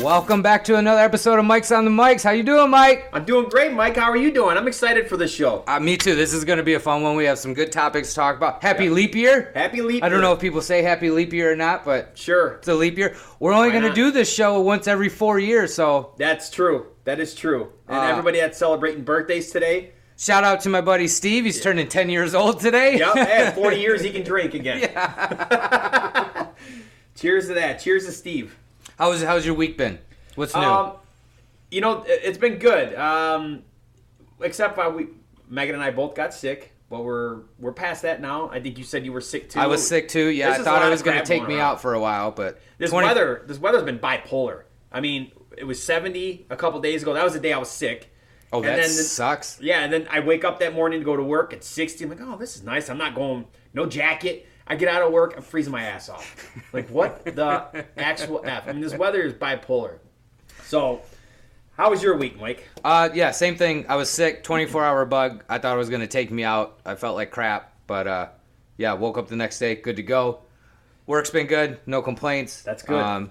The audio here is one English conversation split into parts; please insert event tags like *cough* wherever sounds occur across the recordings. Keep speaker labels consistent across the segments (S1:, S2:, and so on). S1: Welcome back to another episode of Mike's on the Mics. How you doing, Mike?
S2: I'm doing great, Mike. How are you doing? I'm excited for this show.
S1: Uh, me too. This is going to be a fun one. We have some good topics to talk about. Happy leap year.
S2: Happy leap.
S1: I don't
S2: year.
S1: know if people say happy leap year or not, but
S2: Sure,
S1: it's a leap year. We're only
S2: Why
S1: going to
S2: not?
S1: do this show once every four years, so
S2: that's true. That is true. And
S1: Uh,
S2: everybody that's celebrating birthdays today.
S1: shout out to my buddy Steve. He's turning 10 years old today. *laughs*
S2: Yep. hey, 40 years he can drink again. *laughs* Cheers to that. Cheers to Steve.
S1: How's, how's your week been? What's new?
S2: Um, you know, it- it's been good. Um, except uh, we, Megan and I both got sick, but we're we're past that now. I think you said you were sick too.
S1: I was sick too. Yeah,
S2: This
S1: I
S2: is a
S1: thought
S2: lot
S1: it
S2: of
S1: was going to
S2: crap
S1: take
S2: going
S1: me
S2: around.
S1: out for a while, but
S2: This
S1: 20
S2: weather, this weather's been bipolar. I mean, it was 70 a couple days ago. That was the day I was sick.
S1: Oh,
S2: And
S1: that
S2: then the-
S1: sucks.
S2: Yeah, and then I wake up that morning to go to work at 60. I'm like, oh, this is nice. I'm not going, no jacket. I get out of work, I'm freezing my ass off. Like,
S1: *laughs*
S2: what the actual F? I mean, this weather is bipolar. So, how was your week, Mike?
S1: Uh, yeah, same thing. I was sick, 24 hour bug. I thought it was going to take me out. I felt like crap, but uh, yeah, woke up the next day, good to go. Work's been good, no complaints. Um,
S2: That's good.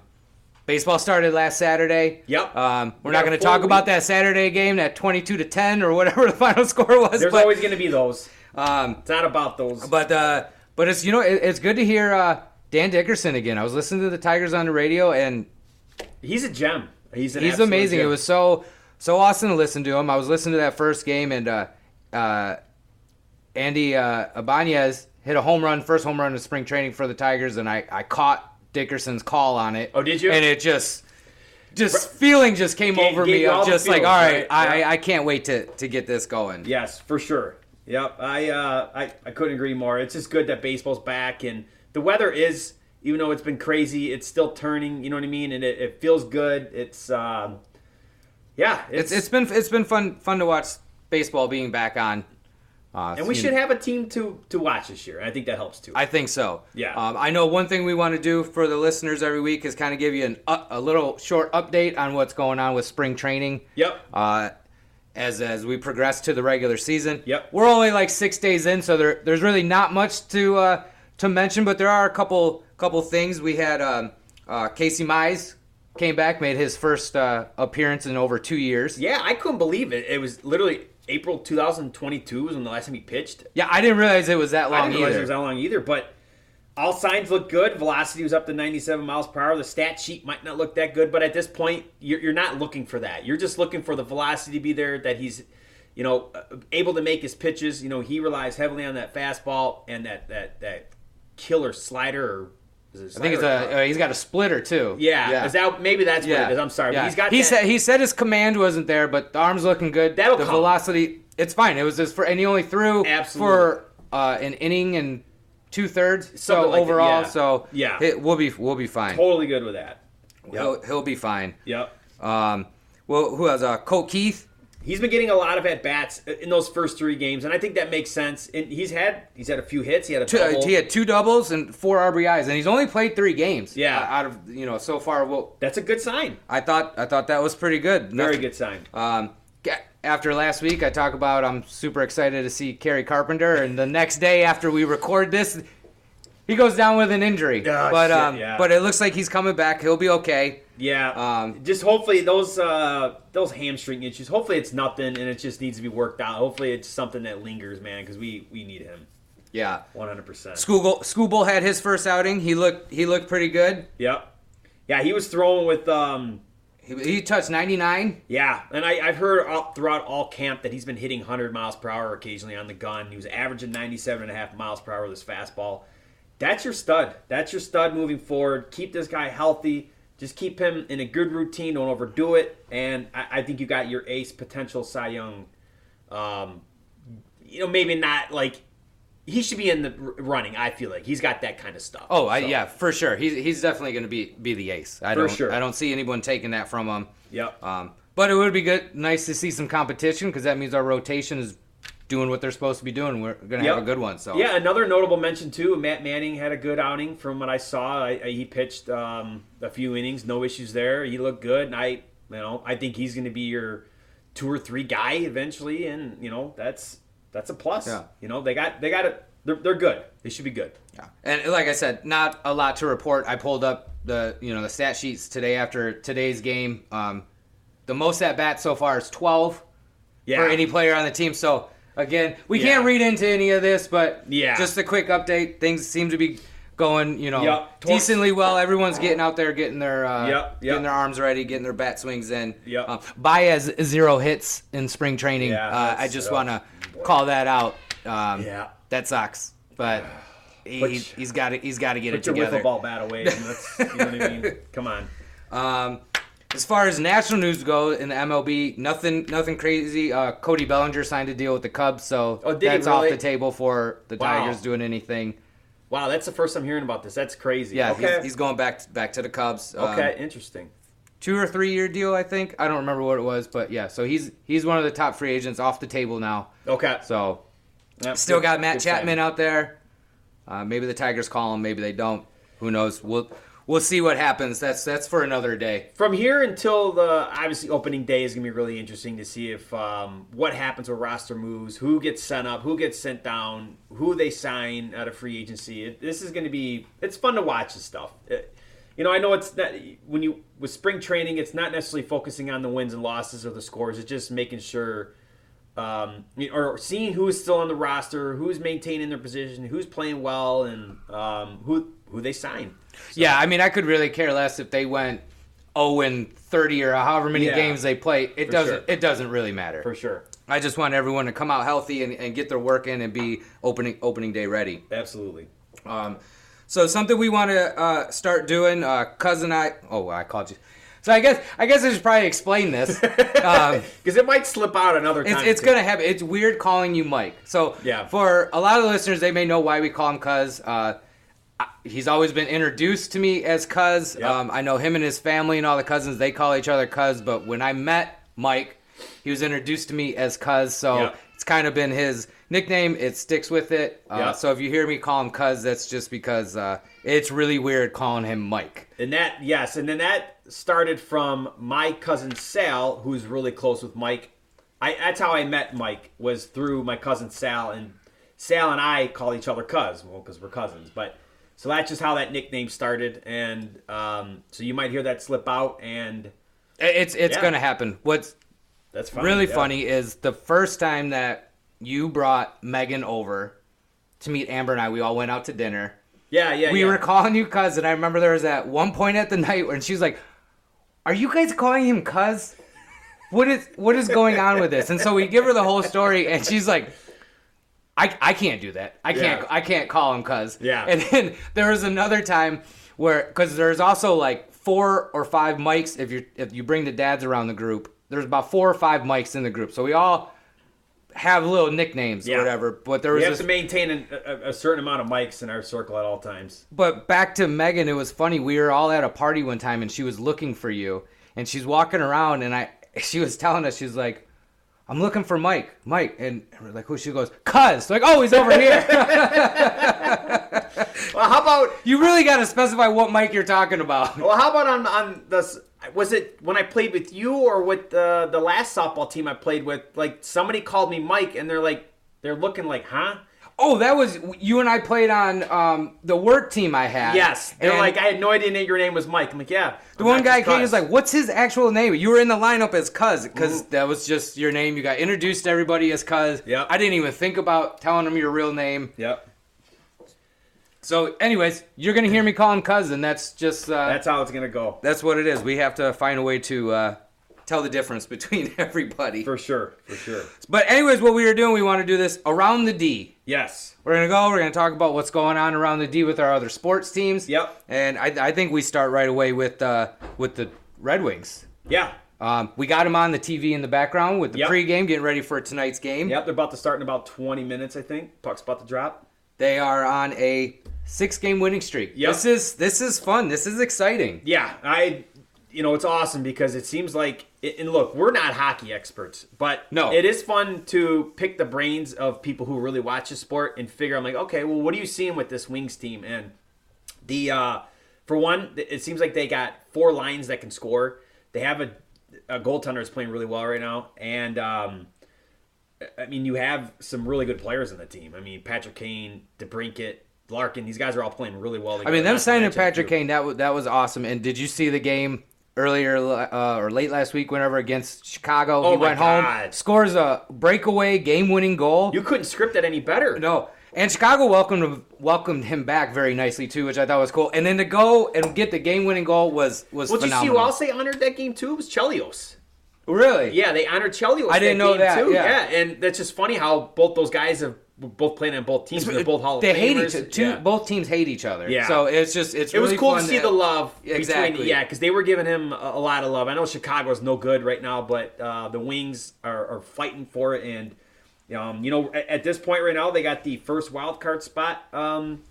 S1: baseball started last Saturday.
S2: Yep.
S1: Um, we're
S2: We
S1: not
S2: got a
S1: going to
S2: full
S1: talk about
S2: week.
S1: that Saturday game, that 22 to 10 or whatever *laughs* the final score was.
S2: There's
S1: but,
S2: always going to be those.
S1: um,
S2: It's not about those.
S1: but uh, but it's you know it, it's good to hear uh, Dan Dickerson again. I was listening to the Tigers on the radio and
S2: He's a gem. He's an
S1: he's
S2: absolute
S1: amazing. It
S2: gem.
S1: was so so awesome to listen to him. I was listening to that first game, and uh, uh, Andy uh, Abanez hit a home run, first home run of spring training for the Tigers, and I I caught Dickerson's call on it.
S2: Oh, did you?
S1: And it just just feeling just came
S2: Gave-
S1: over
S2: gave
S1: me
S2: you all
S1: of
S2: the
S1: just like,
S2: feels,
S1: all right,
S2: right?
S1: I
S2: Yeah.
S1: I can't wait to to get this going.
S2: Yes, for sure. Yep, I, uh, I I couldn't agree more. It's just good that baseball's back, and the weather is, even though it's been crazy, it's still turning. You know what I mean? And it, it feels good. It's, um, yeah,
S1: It's it's been it's been fun fun to watch baseball being back on. Uh,
S2: and we
S1: you
S2: should have a team to to watch this year. I think that helps too.
S1: I think so.
S2: Yeah.
S1: Um, I know one thing we want to do for the listeners every week is kind of give you an uh, a little short update on what's going on with spring training.
S2: yep.
S1: Uh, as as we progress to the regular season.
S2: Yep.
S1: We're only like six days in, so there there's really not much to uh, to mention, but there are a couple couple things. We had um, uh, Casey Mize came back, made his first uh, appearance in over two years.
S2: Yeah, I couldn't believe it. It was literally April 2022 was when the last time he pitched.
S1: Yeah, I didn't realize it was that long
S2: I didn't realize
S1: either.
S2: it was that long either, but all signs look good. Velocity was up to 97 miles per hour. The stat sheet might not look that good, but at this point, you're, you're not looking for that. You're just looking for the velocity to be there, that he's, you know, uh, able to make his pitches. You know, he relies heavily on that fastball and that that that killer slider. Or, is it
S1: I think it's
S2: slider or-
S1: a uh, he's got a splitter too.
S2: yeah, Is that maybe that's what it is? I'm sorry, but
S1: yeah.
S2: he's got.
S1: He
S2: that,
S1: said he said his command wasn't there, but the arm's looking good.
S2: That'll
S1: the
S2: come.
S1: velocity. It's fine. It was just for and he only threw
S2: Absolutely.
S1: for uh, an inning and two thirds. So
S2: Something like that,
S1: overall,
S2: yeah.
S1: so
S2: Yeah.
S1: it, we'll be we'll be fine.
S2: totally good with that.
S1: He'll, he'll be fine.
S2: Yep.
S1: Um, well, who has uh, Colt Keith?
S2: he's been getting a lot of at bats in those first three games, and I think that makes sense. And he's had he's had a few hits. He had a
S1: Two,
S2: double.
S1: Uh, he had two doubles and four RBIs, and he's only played three games.
S2: Yeah.
S1: uh, out of you know so far. Well,
S2: That's a good sign.
S1: I thought I thought that was pretty good.
S2: Very
S1: Nothing-
S2: good sign.
S1: Um, ga- after last week, I talk about I'm super excited to see Kerry Carpenter, and the next day after we record this, he goes down with an injury.
S2: Ah,
S1: but
S2: shit,
S1: um,
S2: yeah.
S1: but it looks like he's coming back. He'll be okay.
S2: Yeah.
S1: um,
S2: just hopefully those uh, those hamstring issues. Hopefully it's nothing, and it just needs to be worked out. Hopefully it's something that lingers, man, because we we need him
S1: Yeah.
S2: one hundred percent.
S1: Scoogle Scooble had his first outing. He looked he looked pretty good.
S2: Yep. Yeah, he was throwing with um.
S1: He, he touched 99.
S2: Yeah, and I, I've heard all, throughout all camp that he's been hitting 100 miles per hour occasionally on the gun. He was averaging 97 and a half miles per hour with his fastball. That's your stud. That's your stud moving forward. Keep this guy healthy. Just keep him in a good routine. Don't overdo it. And I, I think you got your ace potential Cy Young. Um, you know, maybe not like he should be in the r- running. I feel like he's got that kind of stuff.
S1: Oh, I,
S2: So,
S1: yeah, for sure. He's he's definitely going to be be the ace. I
S2: For
S1: don't
S2: sure.
S1: I don't see anyone taking that from him.
S2: Yep.
S1: Um, but it would be good, nice to see some competition because that means our rotation is doing what they're supposed to be doing. We're gonna have
S2: Yep.
S1: a good one. So
S2: Yeah, another notable mention too. Matt Manning had a good outing from what I saw. I, I, he pitched um, a few innings, no issues there. He looked good, and I, you know, I think he's going to be your two or three guy eventually, and you know that's that's a plus.
S1: Yeah.
S2: You know they got they got a They're, they're good. They should be good.
S1: Yeah. And like I said, not a lot to report. I pulled up the you know the stat sheets today after today's game. Um, the most at bats so far is 12
S2: Yeah.
S1: for any player on the team. So again, we
S2: Yeah.
S1: can't read into any of this, but
S2: Yeah.
S1: just a quick update. Things seem to be going you know
S2: Yep. Tw-
S1: decently well. Everyone's getting out there, getting their uh,
S2: Yep, yep.
S1: getting their arms ready, getting their bat swings in.
S2: Yep.
S1: Um, Baez zero hits in spring training.
S2: Yeah,
S1: uh, I
S2: that's-
S1: just
S2: uh,
S1: want to call that out. Um,
S2: Yeah.
S1: that sucks,
S2: *sighs*
S1: but. He,
S2: But-
S1: he's got to he's got to get it
S2: Put your
S1: together.
S2: wiffle ball bat away. And that's, you know what I
S1: *laughs*
S2: mean? Come on.
S1: Um, as far as national news go in the MLB, nothing, nothing crazy. Uh, Cody Bellinger signed a deal with the Cubs, so
S2: Oh, did he
S1: that's off
S2: really?
S1: the table for the
S2: Wow.
S1: Tigers doing anything.
S2: Wow, that's the first I'm hearing about this. That's crazy.
S1: Yeah,
S2: Okay.
S1: he's, he's going back back to the Cubs. Um,
S2: okay. Interesting.
S1: two or three year deal, I think. I don't remember what it was, but yeah. So he's he's one of the top free agents off the table now.
S2: Okay.
S1: So
S2: Yeah,
S1: still
S2: good-
S1: got Matt
S2: good
S1: Chapman
S2: timing.
S1: out there. Uh, maybe the Tigers call him, maybe they don't. Who knows? We'll we'll see what happens. That's that's for another day.
S2: From here until the obviously opening day is gonna be really interesting to see if um, what happens with roster moves, who gets sent up, who gets sent down, who they sign out of free agency. It, this is gonna be it's fun to watch this stuff. It- you know, I know it's not when you with spring training, it's not necessarily focusing on the wins and losses or the scores. It's just making sure um, or seeing who is still on the roster, who's maintaining their position, who's playing well, and um, who who they sign.
S1: Yeah, I mean, I could really care less if they went 0 and 30 or however many
S2: Yeah.
S1: games they play. It doesn't.
S2: sure.
S1: It doesn't really matter.
S2: For sure,
S1: I just want everyone to come out healthy and, and get their work in and be opening opening day ready.
S2: absolutely.
S1: Um, so something we want to uh, start doing, uh, cousin. I oh, I called you. So I guess I guess I should probably explain
S2: *laughs*
S1: this. Um,
S2: Because it might slip out another time.
S1: It's, it's
S2: too.
S1: gonna happen. It's weird calling you Mike. So
S2: Yeah.
S1: for a lot of the listeners, they may know why we call him Cuz. Uh, I- he's always been introduced to me as Cuz.
S2: Yep.
S1: Um, I know him and his family and all the cousins. They call each other Cuz. But when I met Mike, he was introduced to me as Cuz. So
S2: Yep.
S1: it's kind of been his nickname. It sticks with it. Uh,
S2: Yep.
S1: So if you hear me call him Cuz, that's just because uh, it's really weird calling him Mike.
S2: And that, yes, and then that started from my cousin Sal, who's really close with Mike. I that's how I met Mike was through my cousin Sal, and Sal and I call each other cuz, well, because we're cousins. But so that's just how that nickname started, and um, so you might hear that slip out, and
S1: It- It's it's
S2: Yeah.
S1: gonna happen. What's
S2: that's fine.
S1: really
S2: yeah.
S1: funny is the first time that you brought Megan over to meet Amber and I, we all went out to dinner.
S2: Yeah, yeah.
S1: We
S2: yeah.
S1: were calling you cuz, and I remember there was that one point at the night when she was like, Are you guys calling him cuz? What is what is going on with this? And so we give her the whole story and she's like I, I can't do that. I can't
S2: Yeah.
S1: I can't call him cuz.
S2: Yeah.
S1: And then there was another time where cuz there's also like four or five mics if you if you bring the dads around the group. There's about four or five mics in the group. So we all have little nicknames or
S2: Yeah.
S1: whatever. But there
S2: We
S1: was
S2: have
S1: this
S2: to maintain an, a, a certain amount of mics in our circle at all times.
S1: but back to Megan, it was funny. We were all at a party one time, and she was looking for you, and she's walking around, and I, *laughs* she was telling us, she's like, "I'm looking for Mike, Mike," and we're like, "Who?" She goes, "Cuz." Like, oh, he's over
S2: *laughs*
S1: here.
S2: Well, how about
S1: you really got to specify what Mike you're talking about.
S2: Well, how about on on this? Was it when I played with you or with the the last softball team I played with? Like somebody called me Mike, and they're like, they're looking like, huh?
S1: Oh, that was you and I played on um, the work team I had.
S2: Yes. They're
S1: And
S2: like, I had no idea that your name was Mike. I'm like, yeah.
S1: The one guy came was like, "What's his actual name?" You were in the lineup as Cuz, because that was just your name. You got introduced to everybody as Cuz.
S2: Yep.
S1: I didn't even think about telling him your real name.
S2: yep.
S1: So, anyways, you're gonna hear me call him cousin. That's just uh, that's
S2: That's how it's gonna go
S1: what it is. We have to find a way to uh, tell the difference *laughs* between everybody.
S2: for sure, for sure.
S1: But anyways, what we were doing, we want to do this around the D.
S2: Yes.
S1: We're gonna go. We're gonna talk about what's going on around the D with our other sports teams.
S2: Yep.
S1: And I, I think we start right away with uh, with the Red Wings.
S2: Yeah.
S1: Um, we got him on the TV in the background with the
S2: Yep.
S1: pregame, getting ready for tonight's game.
S2: Yep. They're about to start in about 20 minutes, I think. Puck's about to drop.
S1: They are on a six-game winning streak.
S2: Yep.
S1: This is this is fun. This is exciting.
S2: Yeah, I, you know, it's awesome because it seems like, and look, we're not hockey experts, but
S1: No.
S2: it is fun to pick the brains of people who really watch the sport and figure. I'm like, okay, well, what are you seeing with this Wings team? And the, uh, for one, it seems like they got four lines that can score. They have a, a goaltender is playing really well right now, and um, I mean, you have some really good players in the team. I mean, Patrick Kane, DeBrinket, Larkin. These guys are all playing really well.
S1: I
S2: together.
S1: mean, them
S2: That's the
S1: signing
S2: matchup,
S1: Patrick
S2: too.
S1: Kane that was, that was awesome. And did you see the game earlier uh, or late last week? Whenever against Chicago,
S2: Oh
S1: he
S2: my
S1: went home,
S2: God.
S1: scores a breakaway game-winning goal.
S2: You couldn't script that any better.
S1: no, and Chicago welcomed him, welcomed him back very nicely too, which I thought was cool. And then to go and get the game-winning goal was was
S2: Well, did you see who
S1: phenomenal.
S2: else they honored that game too? It was Chelios.
S1: Really?
S2: Yeah, they honored Chelios.
S1: I didn't know
S2: game,
S1: that,
S2: Too.
S1: yeah.
S2: and that's just funny how both those guys have were both playing on both teams. and They're both Hall of
S1: they hate
S2: Famers.
S1: each other. Two,
S2: Yeah.
S1: Both teams hate each other.
S2: Yeah.
S1: So it's just it's
S2: It was
S1: really
S2: cool to
S1: fun
S2: see the love.
S1: Exactly.
S2: Between, yeah, because they were giving him a, a lot of love. I know Chicago's no good right now, but uh, the Wings are, are fighting for it. And, um, you know, at, at this point right now, they got the first wild card spot um,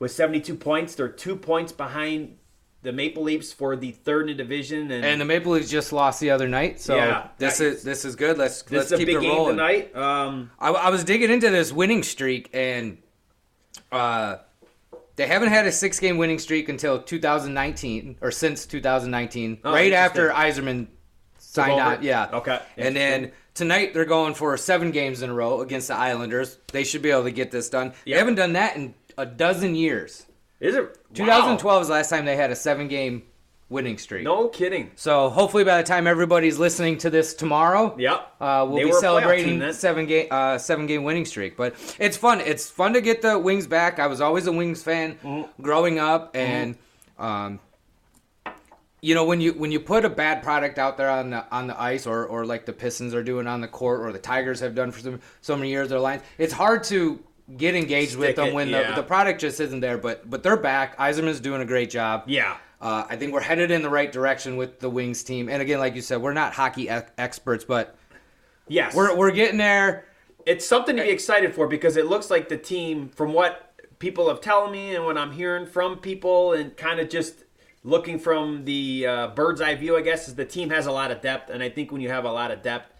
S2: with 72 points. They're two points behind the Maple Leafs for the third in the division. And,
S1: And the Maple Leafs just lost the other night, so
S2: Yeah.
S1: this is this is good. Let's
S2: this
S1: let's
S2: is a
S1: keep
S2: big
S1: it
S2: game
S1: rolling.
S2: tonight. Um,
S1: I, I was digging into this winning streak, and uh, they haven't had a six game winning streak until 2019 or since 2019,
S2: Oh,
S1: right after
S2: interesting.
S1: Eiserman signed
S2: Took over?
S1: on. Yeah.
S2: Okay.
S1: And
S2: Interesting.
S1: then tonight they're going for seven games in a row against the Islanders. They should be able to get this done. They
S2: Yeah.
S1: haven't done that in a dozen years.
S2: is it wow.
S1: 2012 is the last time they had a seven game winning streak.
S2: No kidding.
S1: So hopefully by the time everybody's listening to this tomorrow,
S2: Yep.
S1: uh, we'll
S2: They
S1: be
S2: were a playoff team
S1: celebrating
S2: then.
S1: seven game uh, seven game winning streak. But it's fun. It's fun to get the Wings back. I was always a Wings fan
S2: Mm-hmm.
S1: growing up, and um, you know when you when you put a bad product out there on the on the ice, or or like the Pistons are doing on the court, or the Tigers have done for some, so many years, their lines. It's hard to get engaged with
S2: Stick
S1: them
S2: it,
S1: when
S2: yeah.
S1: the, the product just isn't there. But but they're back. Eiserman's doing a great job.
S2: Yeah.
S1: Uh, I think we're headed in the right direction with the Wings team. And again, like you said, we're not hockey e- experts, but
S2: Yes.
S1: we're, we're getting there.
S2: it's something to be excited for because it looks like the team, from what people have telling me and what I'm hearing from people, and kind of just looking from the uh, bird's eye view, I guess, is the team has a lot of depth. And I think when you have a lot of depth,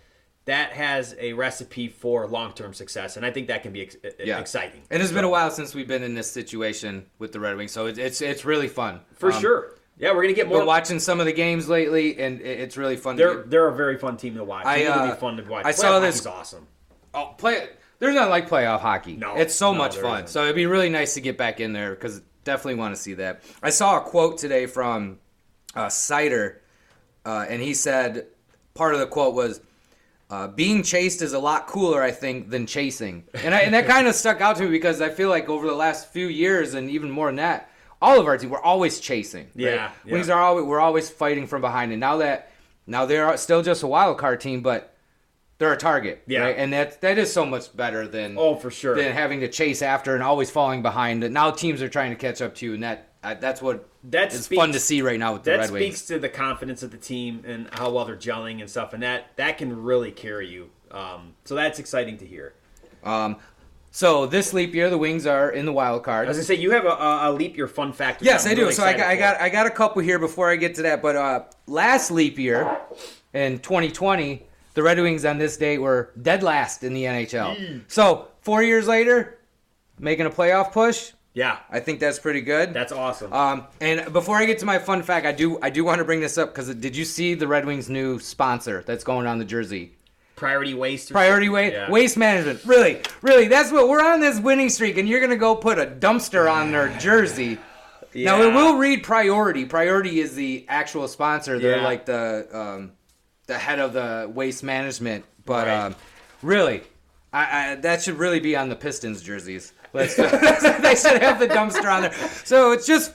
S2: that has a recipe for long term success. And I think that can be ex- e-,
S1: Yeah.
S2: exciting.
S1: And it's been a while since we've been in this situation with the Red Wings, so it's it's, it's really fun
S2: For
S1: Um,
S2: sure. Yeah, we're going to get more.
S1: We're watching some of the games lately, and it- it's really fun.
S2: they're,
S1: to
S2: they're a very fun team to watch.
S1: I,
S2: It'll
S1: uh,
S2: be fun to watch.
S1: I saw
S2: Playoff
S1: this-
S2: hockey's awesome.
S1: oh, play. There's nothing like playoff hockey.
S2: No,
S1: it's so
S2: no,
S1: much
S2: there
S1: fun.
S2: isn't.
S1: So it'd be really nice to get back in there because definitely want to see that. I saw a quote today from uh, Cider, uh, and he said part of the quote was. Uh, being chased is a lot cooler, I think, than chasing, and I, and that kind of stuck out to me because I feel like over the last few years, and even more than that, all of our team we're always chasing. right?
S2: Yeah, yeah.
S1: Wings are always we're always fighting from behind, and now that now they are still just a wild card team, but they're a target.
S2: Yeah.
S1: right? and that that is so much better than
S2: Oh, for sure.
S1: than having to chase after and always falling behind. Now teams are trying to catch up to you, and that I, that's what
S2: That
S1: is
S2: speaks-
S1: fun to see right now with the
S2: that
S1: Red
S2: speaks
S1: Wings.
S2: to the confidence of the team and how well they're gelling and stuff, and that that can really carry you. Um, so that's exciting to hear.
S1: Um, so this leap year, the Wings are in the wild card.
S2: As I say, you have a, a a leap year fun factor.
S1: Yes,
S2: that
S1: I
S2: I'm
S1: do.
S2: really
S1: so I
S2: excited
S1: got, I
S2: for.
S1: got I got a couple here before I get to that. But uh, last leap year, in 2020, the Red Wings on this date were dead last in the NHL.
S2: Mm.
S1: So four years later, making a playoff push,
S2: yeah,
S1: I think that's pretty good.
S2: that's awesome.
S1: um, and before I get to my fun fact, I do I do want to bring this up because did you see the Red Wings' new sponsor that's going on the jersey?
S2: priority waste. or
S1: Priority
S2: something?
S1: waste,
S2: Yeah.
S1: waste management. Really, really, that's what we're on this winning streak, and you're gonna go put a dumpster on their jersey. Now it
S2: Yeah.
S1: will read priority. Priority is the actual sponsor. They're
S2: Yeah.
S1: like the um, the head of the waste management. But
S2: Right.
S1: um, really, I, I, that should really be on the Pistons jerseys.
S2: *laughs*
S1: Let's, *laughs* they should have the dumpster on there. So it's just,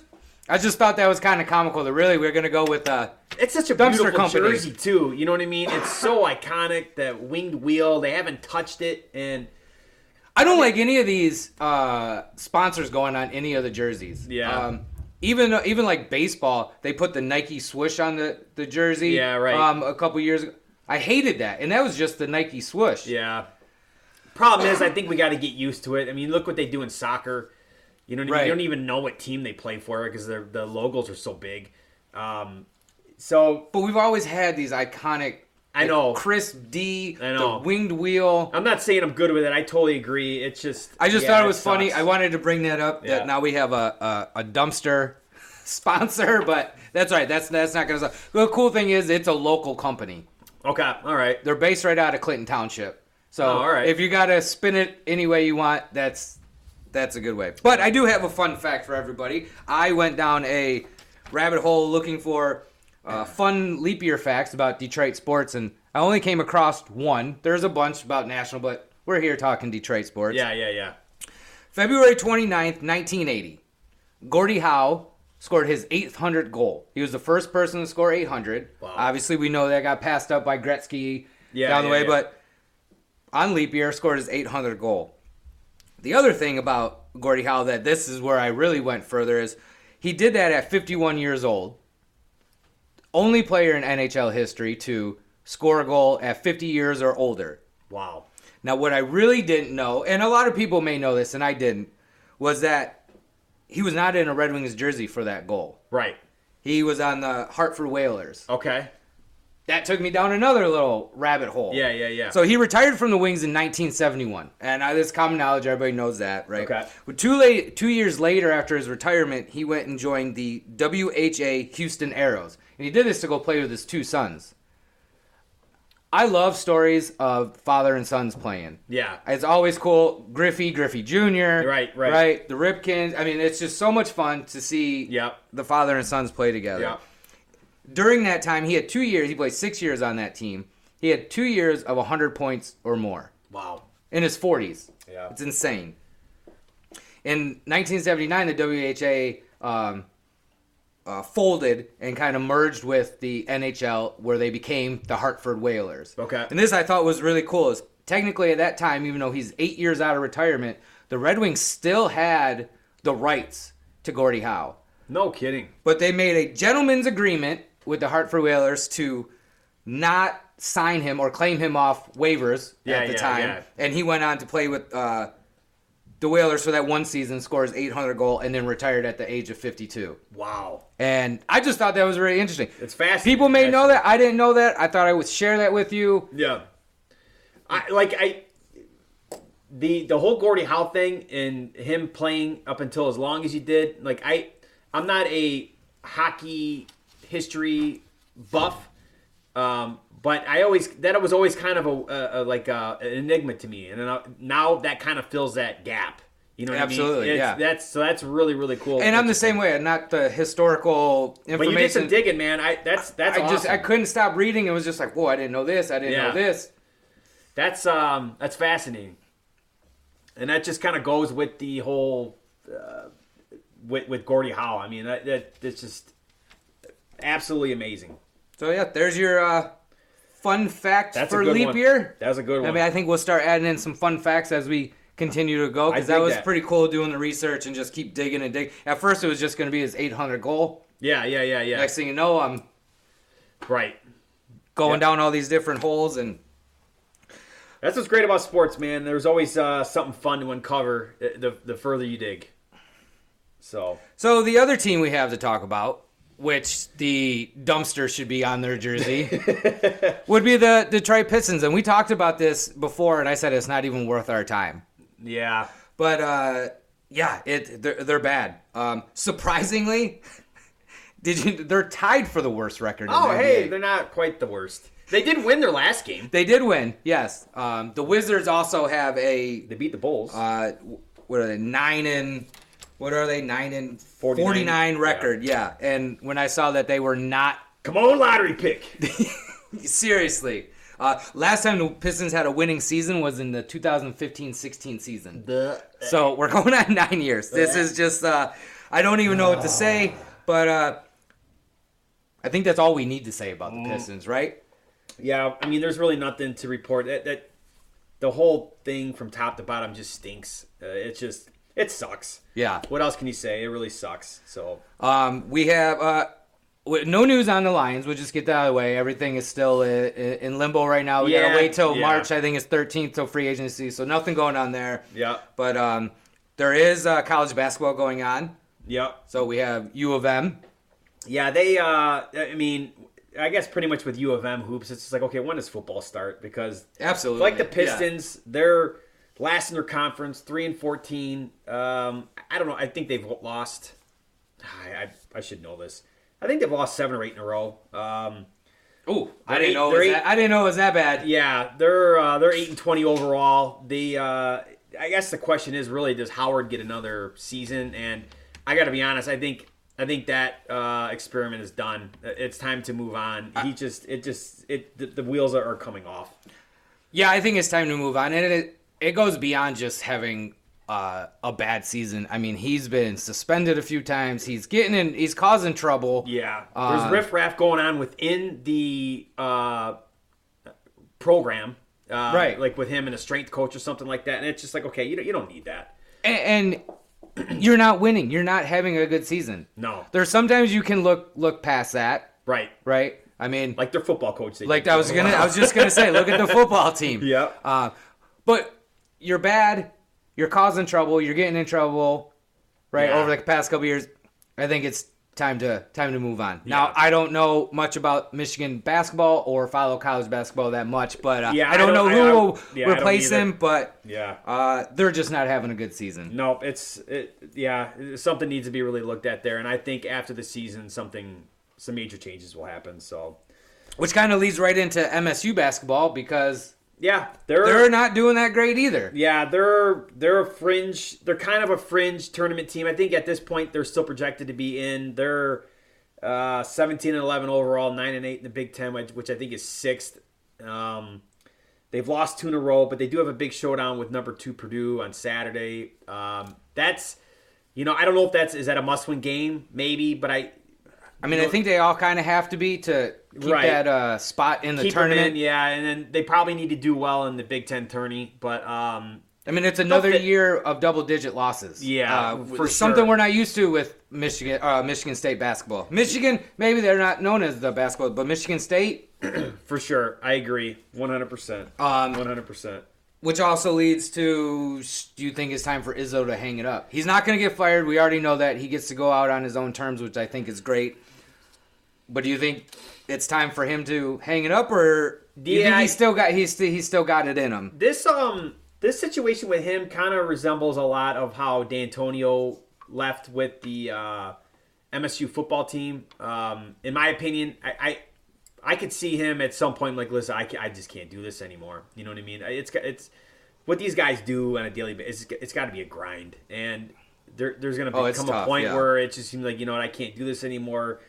S1: I just thought that was kind of comical. That really we're gonna go with. Uh,
S2: It's such a
S1: Dumpster
S2: beautiful
S1: company.
S2: jersey too. You know what I mean? It's so iconic. That winged wheel. They haven't touched it, and
S1: I don't like any of these uh, sponsors going on any of the jerseys. Um,
S2: Yeah.
S1: even even like baseball, they put the Nike swoosh on the, the jersey.
S2: Yeah, right.
S1: Um, a couple years ago, I hated that, and that was just the Nike swoosh.
S2: Yeah. Problem is, I think we got to get used to it. I mean, look what they do in soccer. You know, what I mean?
S1: Right.
S2: you don't even know what team they play for because their the logos are so big. Um, so
S1: But we've always had these iconic.
S2: I know.
S1: crisp D,
S2: I know.
S1: the winged wheel.
S2: I'm not saying I'm good with it. I totally agree. It's just
S1: I just
S2: yeah,
S1: thought it was funny.
S2: sucks.
S1: I wanted to bring that up.
S2: Yeah.
S1: That now we have a a, a dumpster *laughs* sponsor, but that's all right. That's that's not gonna. suck. The cool thing is, it's a local company.
S2: okay, all right.
S1: They're based right out of Clinton Township. So
S2: Oh, all right.
S1: if you gotta spin it any way you want, that's that's a good way. But I do have a fun fact for everybody. I went down a rabbit hole looking for uh, fun leap year facts about Detroit sports, and I only came across one. There's a bunch about national, but we're here talking Detroit sports.
S2: Yeah, yeah, yeah.
S1: February 29th, 1980, Gordie Howe scored his 800 goal. He was the first person to score 800.
S2: Wow.
S1: Obviously, we know that got passed up by Gretzky
S2: Yeah,
S1: down the
S2: yeah,
S1: way,
S2: yeah.
S1: but on leap year, scored his 800 goal. The other thing about Gordie Howe that this is where I really went further is he did that at 51 years old. Only player in NHL history to score a goal at 50 years or older.
S2: Wow.
S1: Now, what I really didn't know, and a lot of people may know this, and I didn't, was that he was not in a Red Wings jersey for that goal.
S2: Right.
S1: He was on the Hartford Whalers.
S2: Okay.
S1: That took me down another little rabbit hole.
S2: Yeah, yeah, yeah.
S1: So he retired from the Wings in 1971, and I, this common knowledge, everybody knows that, right?
S2: Okay.
S1: But two late, two years later, after his retirement, he went and joined the WHA Houston Arrows, and he did this to go play with his two sons. I love stories of father and sons playing.
S2: yeah.
S1: It's always cool. Griffey, Griffey Jr.
S2: Right, right.
S1: Right. The Ripkins. I mean, it's just so much fun to see
S2: Yep.
S1: the father and sons play together.
S2: Yeah.
S1: During that time, he had two years. He played six years on that team. He had two years of 100 points or more
S2: Wow.
S1: in his 40s.
S2: Yeah.
S1: It's insane. In 1979, the WHA um, uh, folded and kind of merged with the NHL, where they became the Hartford Whalers.
S2: Okay.
S1: And this I thought was really cool. Is technically at that time, even though he's eight years out of retirement, the Red Wings still had the rights to Gordie Howe
S2: No kidding.
S1: but they made a gentleman's agreement with the Hartford Whalers to not sign him or claim him off waivers
S2: Yeah,
S1: at the
S2: yeah,
S1: time.
S2: yeah.
S1: And he went on to play with uh, the Whalers for that one season, scores 800 goal, and then retired at the age of 52.
S2: Wow.
S1: And I just thought that was really interesting.
S2: It's fascinating.
S1: People may know
S2: actually.
S1: that. I didn't know that. I thought I would share that with you.
S2: Yeah. I like I the the whole Gordie Howe thing and him playing up until as long as he did, like I I'm not a hockey history buff. Um, but I always that was always kind of a, a, a like a, an enigma to me, and then I, now that kind of fills that gap. You know, what
S1: Absolutely,
S2: I mean? It's-
S1: yeah.
S2: That's so that's really really cool.
S1: And I'm the same way. Not the historical information.
S2: But you did some digging, man. I that's that's
S1: I just
S2: awesome.
S1: I couldn't stop reading. It was just like, whoa, I didn't know this. I didn't
S2: Yeah.
S1: know this.
S2: That's um that's fascinating, and that just kind of goes with the whole uh, with with Gordie Howe. I mean that, that that's just absolutely amazing.
S1: So yeah, there's your uh, fun facts
S2: That's
S1: for
S2: a good
S1: leap
S2: one.
S1: year.
S2: That's a good
S1: I
S2: one.
S1: mean, I think we'll start adding in some fun facts as we continue to go
S2: I
S1: because
S2: dig
S1: that was
S2: that.
S1: pretty cool doing the research and just keep digging and digging. At first, it was just going to be his 800 goal.
S2: yeah, yeah, yeah, yeah.
S1: Next thing you know, I'm
S2: Right.
S1: going
S2: Yeah.
S1: down all these different holes and
S2: That's what's great about sports, man. There's always uh, something fun to uncover uh, the the further you dig. So
S1: So the other team we have to talk about, which the dumpster should be on their
S2: *laughs*
S1: jersey, would be the Detroit Pistons. And we talked about this before, and I said it's not even worth our time.
S2: yeah,
S1: But uh, yeah, it they're, they're bad. Um, surprisingly, *laughs* did you? They're tied for the worst record. in
S2: Oh,
S1: the
S2: hey,
S1: NBA.
S2: they're not quite the worst. They did win their last game.
S1: they did win. Yes, um, the Wizards also have a
S2: They beat the Bulls.
S1: uh, what are they nine and what are they nine and
S2: 49.
S1: 49, record? Yeah. and when I saw that they were not
S2: Come on, lottery
S1: *laughs*
S2: pick.
S1: seriously. Uh, last time the Pistons had a winning season was in the 2015-16 season. So we're *laughs* going on nine years. This is just uh, I don't even know what to say,
S2: *sighs*
S1: but uh, I think that's all we need to say about
S2: Mm.
S1: the Pistons, right?
S2: Yeah, I mean, there's really nothing to report. That that the whole thing from top to bottom just stinks. Uh, it just it sucks.
S1: Yeah.
S2: What else can you say? It really sucks. So
S1: Um, we have uh, wi- no news on the Lions. We'll just get that out of the way. Everything is still i- i- in limbo right now. We
S2: Yeah,
S1: gotta wait till
S2: yeah.
S1: March. I think it's 13th till free agency, so nothing going on there.
S2: yeah,
S1: But um, there is uh, college basketball going on.
S2: yeah,
S1: So we have U of M.
S2: yeah. They, uh, I mean, I guess pretty much with U of M hoops, it's just like, okay, when does football start? Because
S1: Absolutely,
S2: like the
S1: Yeah.
S2: Pistons, they're last in their conference, three and fourteen. Um, I don't know. I think they've lost. I, I I should know this. I think they've lost seven or eight in a row. Um,
S1: Ooh, I
S2: They're
S1: didn't
S2: eight-
S1: know it
S2: they're
S1: was
S2: eight-
S1: that, I didn't know it was that bad.
S2: Yeah, they're uh, they're eight and twenty overall. They, uh, I guess, the question is really does Howard get another season? And I got to be honest, I think I think that uh, experiment is done. It's time to move on. He just it just it the, the wheels are, are coming off.
S1: Yeah, I think it's time to move on, and it it goes beyond just having uh, a bad season. I mean, he's been suspended a few times. He's getting in. He's causing trouble.
S2: Yeah,
S1: Uh,
S2: there's riffraff going on within the uh, program, uh,
S1: Right.
S2: Like with him and a strength coach or something like that. And it's just like okay, you don't, you don't need that.
S1: and, *clears throat* and you're not winning. You're not having a good season.
S2: No,
S1: There's sometimes you can look look past that,
S2: right?
S1: right? I mean,
S2: Like their football coach. they
S1: like
S2: did.
S1: I was gonna, I was just gonna say, look at the football team.
S2: *laughs* Yeah.
S1: Uh, but you're bad. You're causing trouble. You're getting in trouble, right?
S2: Yeah.
S1: Over the past couple years, I think it's time to time to move on. Now
S2: Yeah.
S1: I don't know much about Michigan basketball or follow college basketball that much, but uh,
S2: Yeah,
S1: I, don't
S2: I
S1: know
S2: don't-
S1: who
S2: I- I-
S1: will
S2: yeah, I don't
S1: replace
S2: either.
S1: him, but
S2: Yeah.
S1: uh, they're just not having a good season.
S2: No, it's it, yeah, something needs to be really looked at there, and I think after the season, something some major changes will happen. So
S1: Which kind of leads right into MSU basketball because
S2: yeah, they're,
S1: they're not doing that great either.
S2: yeah they're they're a fringe they're kind of a fringe tournament team. I think at this point they're still projected to be in. They're uh, seventeen and eleven overall, nine and eight in the Big Ten, which which I think is sixth. Um, They've lost two in a row, but they do have a big showdown with number two Purdue on Saturday. Um, that's, you know, I don't know if that's is that a must-win game, maybe, but I
S1: I mean, I think they all kind of have to be to keep
S2: Right.
S1: that uh, spot in the
S2: keep 'em
S1: tournament.
S2: in, yeah, and then they probably need to do well in the Big Ten tourney. But um,
S1: I mean, it's another
S2: fit-
S1: year of double-digit losses.
S2: Yeah,
S1: uh,
S2: for
S1: for something
S2: sure.
S1: we're not used to with Michigan, uh, Michigan State basketball. Michigan, maybe they're not known as the basketball, but Michigan State,
S2: for sure, I agree, one hundred percent,
S1: Um,
S2: one hundred percent.
S1: which also leads to, sh- do you think it's time for Izzo to hang it up? He's not going to get fired. We already know that he gets to go out on his own terms, which I think is great. But do you think it's time for him to hang it up, or do you
S2: Yeah,
S1: think
S2: I-
S1: he's still got he's st- he's still got it in him?
S2: This um, this situation with him kind of resembles a lot of how D'Antonio left with the uh, MSU football team. Um, in my opinion, I. I I could see him at some point like, listen, I, ca- I just can't do this anymore. You know what I mean? It's it's what these guys do on a daily basis. It's, it's got to be a grind, and there, there's going to
S1: Oh, it's
S2: become
S1: tough,
S2: a point
S1: yeah.
S2: where it just seems like you know what, I can't do this anymore.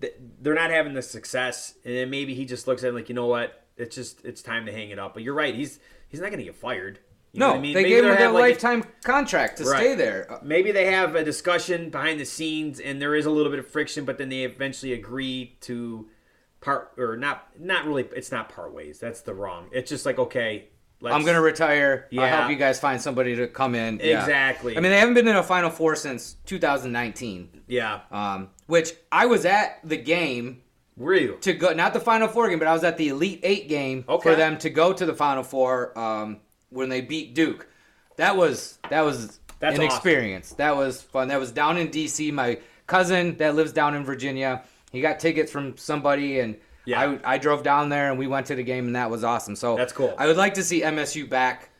S2: Th- They're not having the success, and then maybe he just looks at it like you know what, it's just it's time to hang it up. But you're right, he's he's not going to get fired. You know
S1: No,
S2: what I mean?
S1: they
S2: Maybe
S1: gave him
S2: they'll
S1: that
S2: have, like, a-
S1: lifetime contract to
S2: Right.
S1: stay there.
S2: maybe they have a discussion behind the scenes and there is a little bit of friction but then they eventually agree to part or not not really it's not part ways that's the wrong it's just like okay let's,
S1: I'm gonna retire. I'll
S2: Yeah.
S1: help you guys find somebody to come in. Yeah.
S2: Exactly.
S1: I mean, they haven't been in a Final Four since 2019,
S2: yeah
S1: um, which I was at the game
S2: were you
S1: to go, not the Final Four game, but I was at the Elite Eight game
S2: Okay.
S1: for them to go to the Final Four um, when they beat Duke. That was that was
S2: That's
S1: an
S2: awesome.
S1: experience. That was fun. That was down in DC. My cousin that lives down in Virginia, he got tickets from somebody, and
S2: Yeah.
S1: I I drove down there and we went to the game, and that was awesome. So
S2: That's cool.
S1: I would like to see MSU back,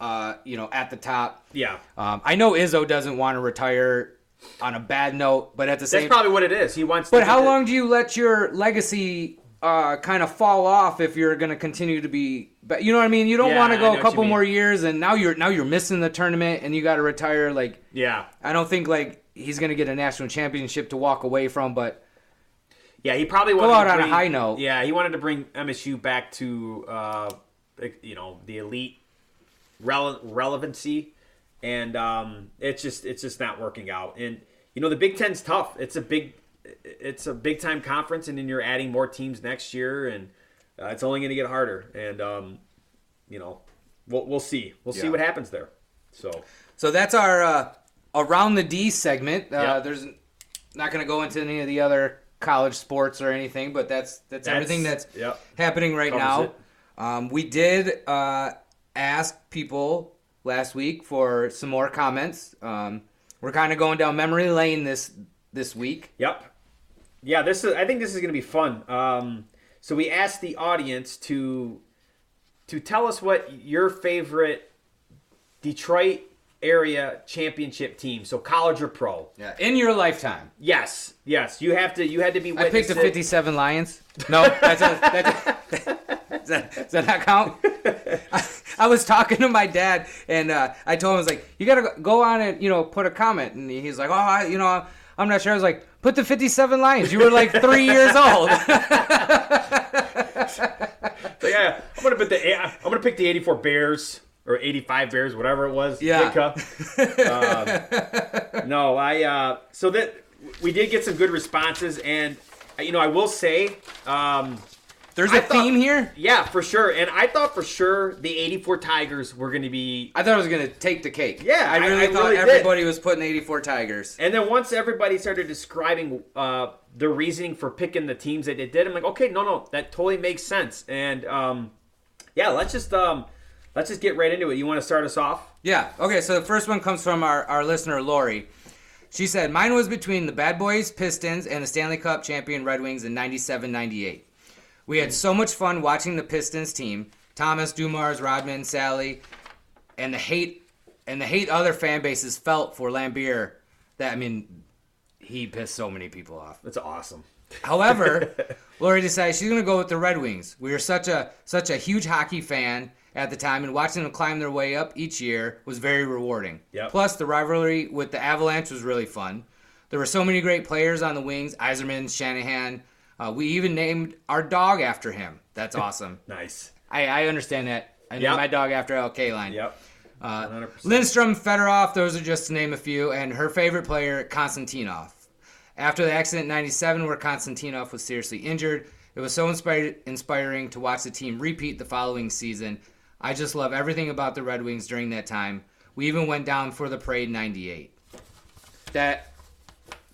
S1: uh, you know, at the top.
S2: yeah
S1: Um, I know Izzo doesn't want to retire on a bad note, but at the
S2: that's
S1: same
S2: probably what it is he wants
S1: but
S2: to
S1: how
S2: get the-
S1: long do you let your legacy uh, kind of fall off if you're going to continue to be? But you know what I mean. You don't
S2: Yeah,
S1: want to
S2: I know
S1: go
S2: what
S1: a
S2: you
S1: couple
S2: mean.
S1: more years, and now you're now you're missing the tournament, and you got to retire. Like
S2: yeah
S1: I don't think like he's going to get a national championship to walk away from, but
S2: yeah he probably wanted
S1: out
S2: to
S1: on a
S2: bring-
S1: high note.
S2: yeah he wanted to bring msu back to uh you know the elite rele- relevancy, and um, it's just it's just not working out. And you know the Big Ten's tough. It's a big it's a big time conference, and then you're adding more teams next year, and uh, it's only going to get harder. And um, you know we'll we'll see we'll see
S1: Yeah.
S2: what happens there. So
S1: so that's our uh, around the D segment. Uh,
S2: Yeah.
S1: There's not going to go into any of the other college sports or anything, but that's that's, everything that's
S2: yep.
S1: happening right
S2: Covers
S1: now.
S2: it.
S1: Um, we did uh, ask people last week for some more comments. Um, we're kind of going down memory lane this this week.
S2: Yep. Yeah, this is. I think this is going to be fun. Um, so we asked the audience to to tell us what your favorite Detroit area championship team. So college or pro.
S1: Yeah. In your lifetime.
S2: Yes, yes. You have to. You had to be.
S1: I picked
S2: Witness
S1: the
S2: it.
S1: 57 Lions. No, that's a, that's a- *laughs* does, that, does that not count? I, I was talking to my dad, and uh, I told him, I was like, you got to go on and, you know, put a comment. And he's like, oh, I, you know, I'm not sure. I was like, put the 57 Lions. You were *laughs* like three years old.
S2: So, yeah, I'm gonna put the. I'm gonna pick the 84 Bears or 85 Bears, whatever it was.
S1: Yeah. *laughs*
S2: Ditka. Um, no, I. Uh, so that we did get some good responses, and uh, you know, I will say. Um,
S1: There's
S2: I
S1: a
S2: thought-
S1: theme here.
S2: yeah, for sure. And I thought for sure the 84 Tigers were going to be
S1: I thought I was going to take the cake.
S2: Yeah,
S1: I
S2: I-
S1: really
S2: I
S1: thought
S2: really did.
S1: everybody was putting 84 Tigers.
S2: And then once everybody started describing uh, their reasoning for picking the teams that they did, I'm like, okay, no, no, that totally makes sense. And um, yeah, let's just um, let's just get right into it. You want to start us off?
S1: Yeah. Okay. So the first one comes from our, our listener, Lori. She said, Mine was between the Bad Boys Pistons and the Stanley Cup champion Red Wings in 97 98. We had so much fun watching the Pistons team Thomas, Dumars, Rodman, Sally, and the hate and the hate other fan bases felt for Lambier. That, I mean, he pissed so many people off.
S2: That's awesome. *laughs*
S1: However, Lori decided she's going to go with the Red Wings. We were such a such a huge hockey fan at the time, and watching them climb their way up each year was very rewarding.
S2: Yep.
S1: Plus, the rivalry with the Avalanche was really fun. There were so many great players on the Wings: Iserman, Shanahan. Uh, we even named our dog after him.
S2: *laughs*
S1: That's awesome.
S2: Nice.
S1: I, I understand that. I named
S2: Yep.
S1: my dog after LK line.
S2: Yep.
S1: Uh,
S2: 100%.
S1: Lindstrom, Fedorov, those are just to name a few, and her favorite player, Konstantinov. After the accident in 97, where Konstantinov was seriously injured, it was so inspired, inspiring to watch the team repeat the following season. I just love everything about the Red Wings during that time. We even went down for the parade in 98. That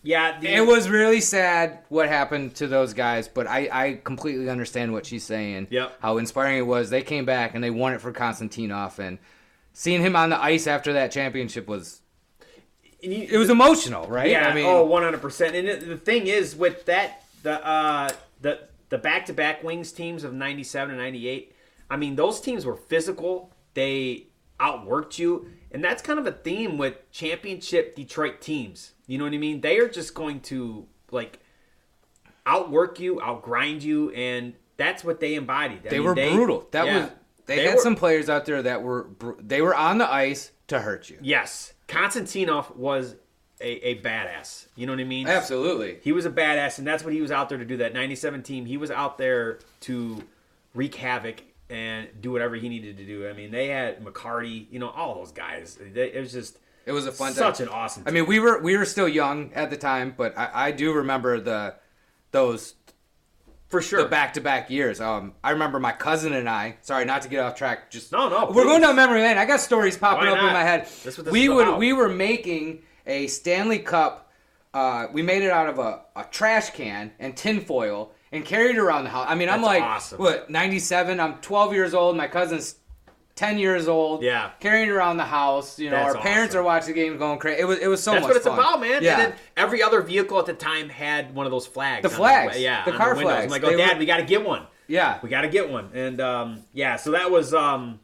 S2: Yeah. The,
S1: it was really sad what happened to those guys, but I, I completely understand what she's saying.
S2: Yep.
S1: How inspiring it was. They came back and they won it for Konstantinov and seeing him on the ice after that championship was
S2: and you-
S1: it was emotional, right?
S2: Yeah.
S1: I mean
S2: oh, 100 percent. And it, the thing is, with that, the uh, the the back to back wings teams of '97 and '98. I mean, those teams were physical. They outworked you, and that's kind of a theme with championship Detroit teams. You know what I mean? They are just going to like outwork you, outgrind you, and that's what they embodied. I
S1: they
S2: mean,
S1: were brutal. That
S2: yeah.
S1: was they, had
S2: were-
S1: some players out there that were br- they were on the ice to hurt you.
S2: Yes, Konstantinov was a, a badass. You know what I mean?
S1: Absolutely.
S2: He was a badass, and that's what he was out there to do. That 97 team, he was out there to wreak havoc and do whatever he needed to do. I mean, they had McCarty, you know, all those guys. They, it was just
S1: It was a fun time.
S2: such an awesome
S1: I
S2: team.
S1: mean, we were we were still young at the time, but I, I do remember the those
S2: for sure.
S1: the back-to-back years. Um, I remember my cousin and I. Sorry, not to get off track. Just
S2: No, no,
S1: We're going
S2: please.
S1: down memory lane. I got stories popping
S2: Why
S1: up in
S2: not?
S1: my head.
S2: That's what this
S1: we
S2: is
S1: would
S2: about.
S1: we were making a Stanley Cup. Uh, we made it out of a, a trash can and tinfoil and carried it around the house. I mean, I'm
S2: That's
S1: like
S2: awesome.
S1: what 97. I'm 12 years old. My cousin's 10 years old.
S2: Yeah.
S1: carrying it around the house. You know,
S2: That's
S1: our parents
S2: awesome.
S1: are watching the game, going crazy. It was it was so
S2: that's
S1: much
S2: what it's
S1: fun.
S2: about, man.
S1: Yeah.
S2: And then every other vehicle at the time had one of those flags.
S1: The
S2: on
S1: flags.
S2: way- yeah,
S1: The
S2: on
S1: car
S2: windows.
S1: flags.
S2: I'm like, oh,
S1: They
S2: Dad,
S1: were-
S2: we got to get one.
S1: yeah,
S2: we got to get one and um, yeah so that was um,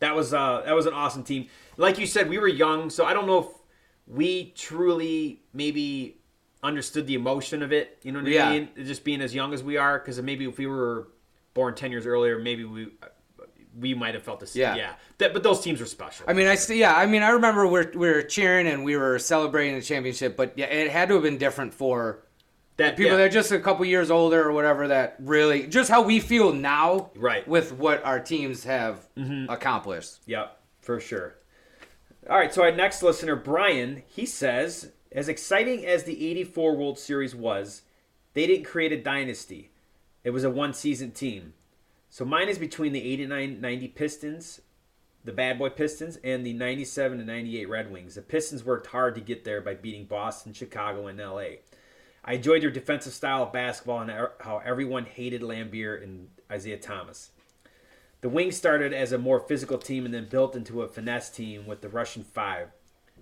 S2: that was uh, that was an awesome team like you said we were young so i don't know if we truly maybe understood the emotion of it you know what
S1: Yeah.
S2: i mean just being as young as we are because maybe if we were born 10 years earlier maybe we we might have felt the same
S1: Yeah.
S2: yeah, That, but those teams were special
S1: I mean, I st- yeah. I mean, I remember we're, we were cheering and we were celebrating the championship, but yeah, it had to have been different for
S2: that
S1: people
S2: yeah.
S1: that are just a couple years older or whatever. That really just how we feel now,
S2: Right. Mm-hmm.
S1: With what our teams have accomplished.
S2: Yep, for sure. All right, so our next listener, Brian, he says, as exciting as the 84 World Series was, they didn't create a dynasty. It was a one season team. So mine is between the 89 90 Pistons, the Bad Boy Pistons, and the 97 and 98 Red Wings. The Pistons worked hard to get there by beating Boston, Chicago, and LA. I enjoyed their defensive style of basketball and how everyone hated Lambeer and Isaiah Thomas. The Wings started as a more physical team and then built into a finesse team with the Russian Five.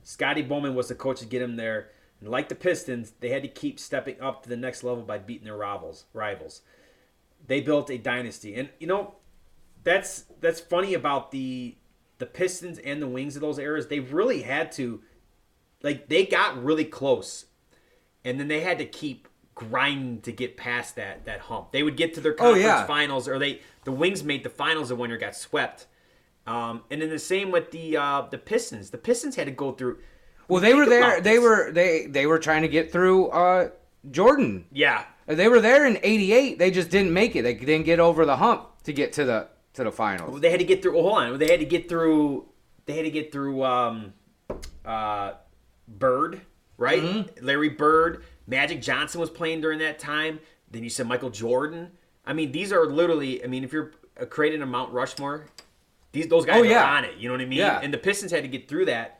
S2: Scotty Bowman was the coach to get him there, and like the Pistons, they had to keep stepping up to the next level by beating their rivals. Rivals, they built a dynasty, and you know, that's that's funny about the the Pistons and the Wings of those eras, they really had to, like, they got really close, and then they had to keep grinding to get past that that hump. They would get to their conference
S1: yeah.
S2: finals, or they the Wings made the finals the one year got swept. Um, and then the same with the uh, the Pistons. The Pistons had to go through.
S1: Well, they were
S2: Think about
S1: there. They
S2: this.
S1: were they they were trying to get through uh, Jordan.
S2: Yeah,
S1: They were there in '88. They just didn't make it. They didn't get over the hump to get to the to the finals.
S2: they had to get through. Well, hold on, they had to get through. They had to get through um, uh, Bird, right?
S1: Mm-hmm.
S2: Larry Bird, Magic Johnson was playing during that time. Then you said Michael Jordan. I mean, these are literally. I mean, if you're uh, creating a Mount Rushmore, these those guys
S1: Oh,
S2: are
S1: yeah.
S2: on it. You know what I mean?
S1: Yeah.
S2: And the Pistons had to get through that.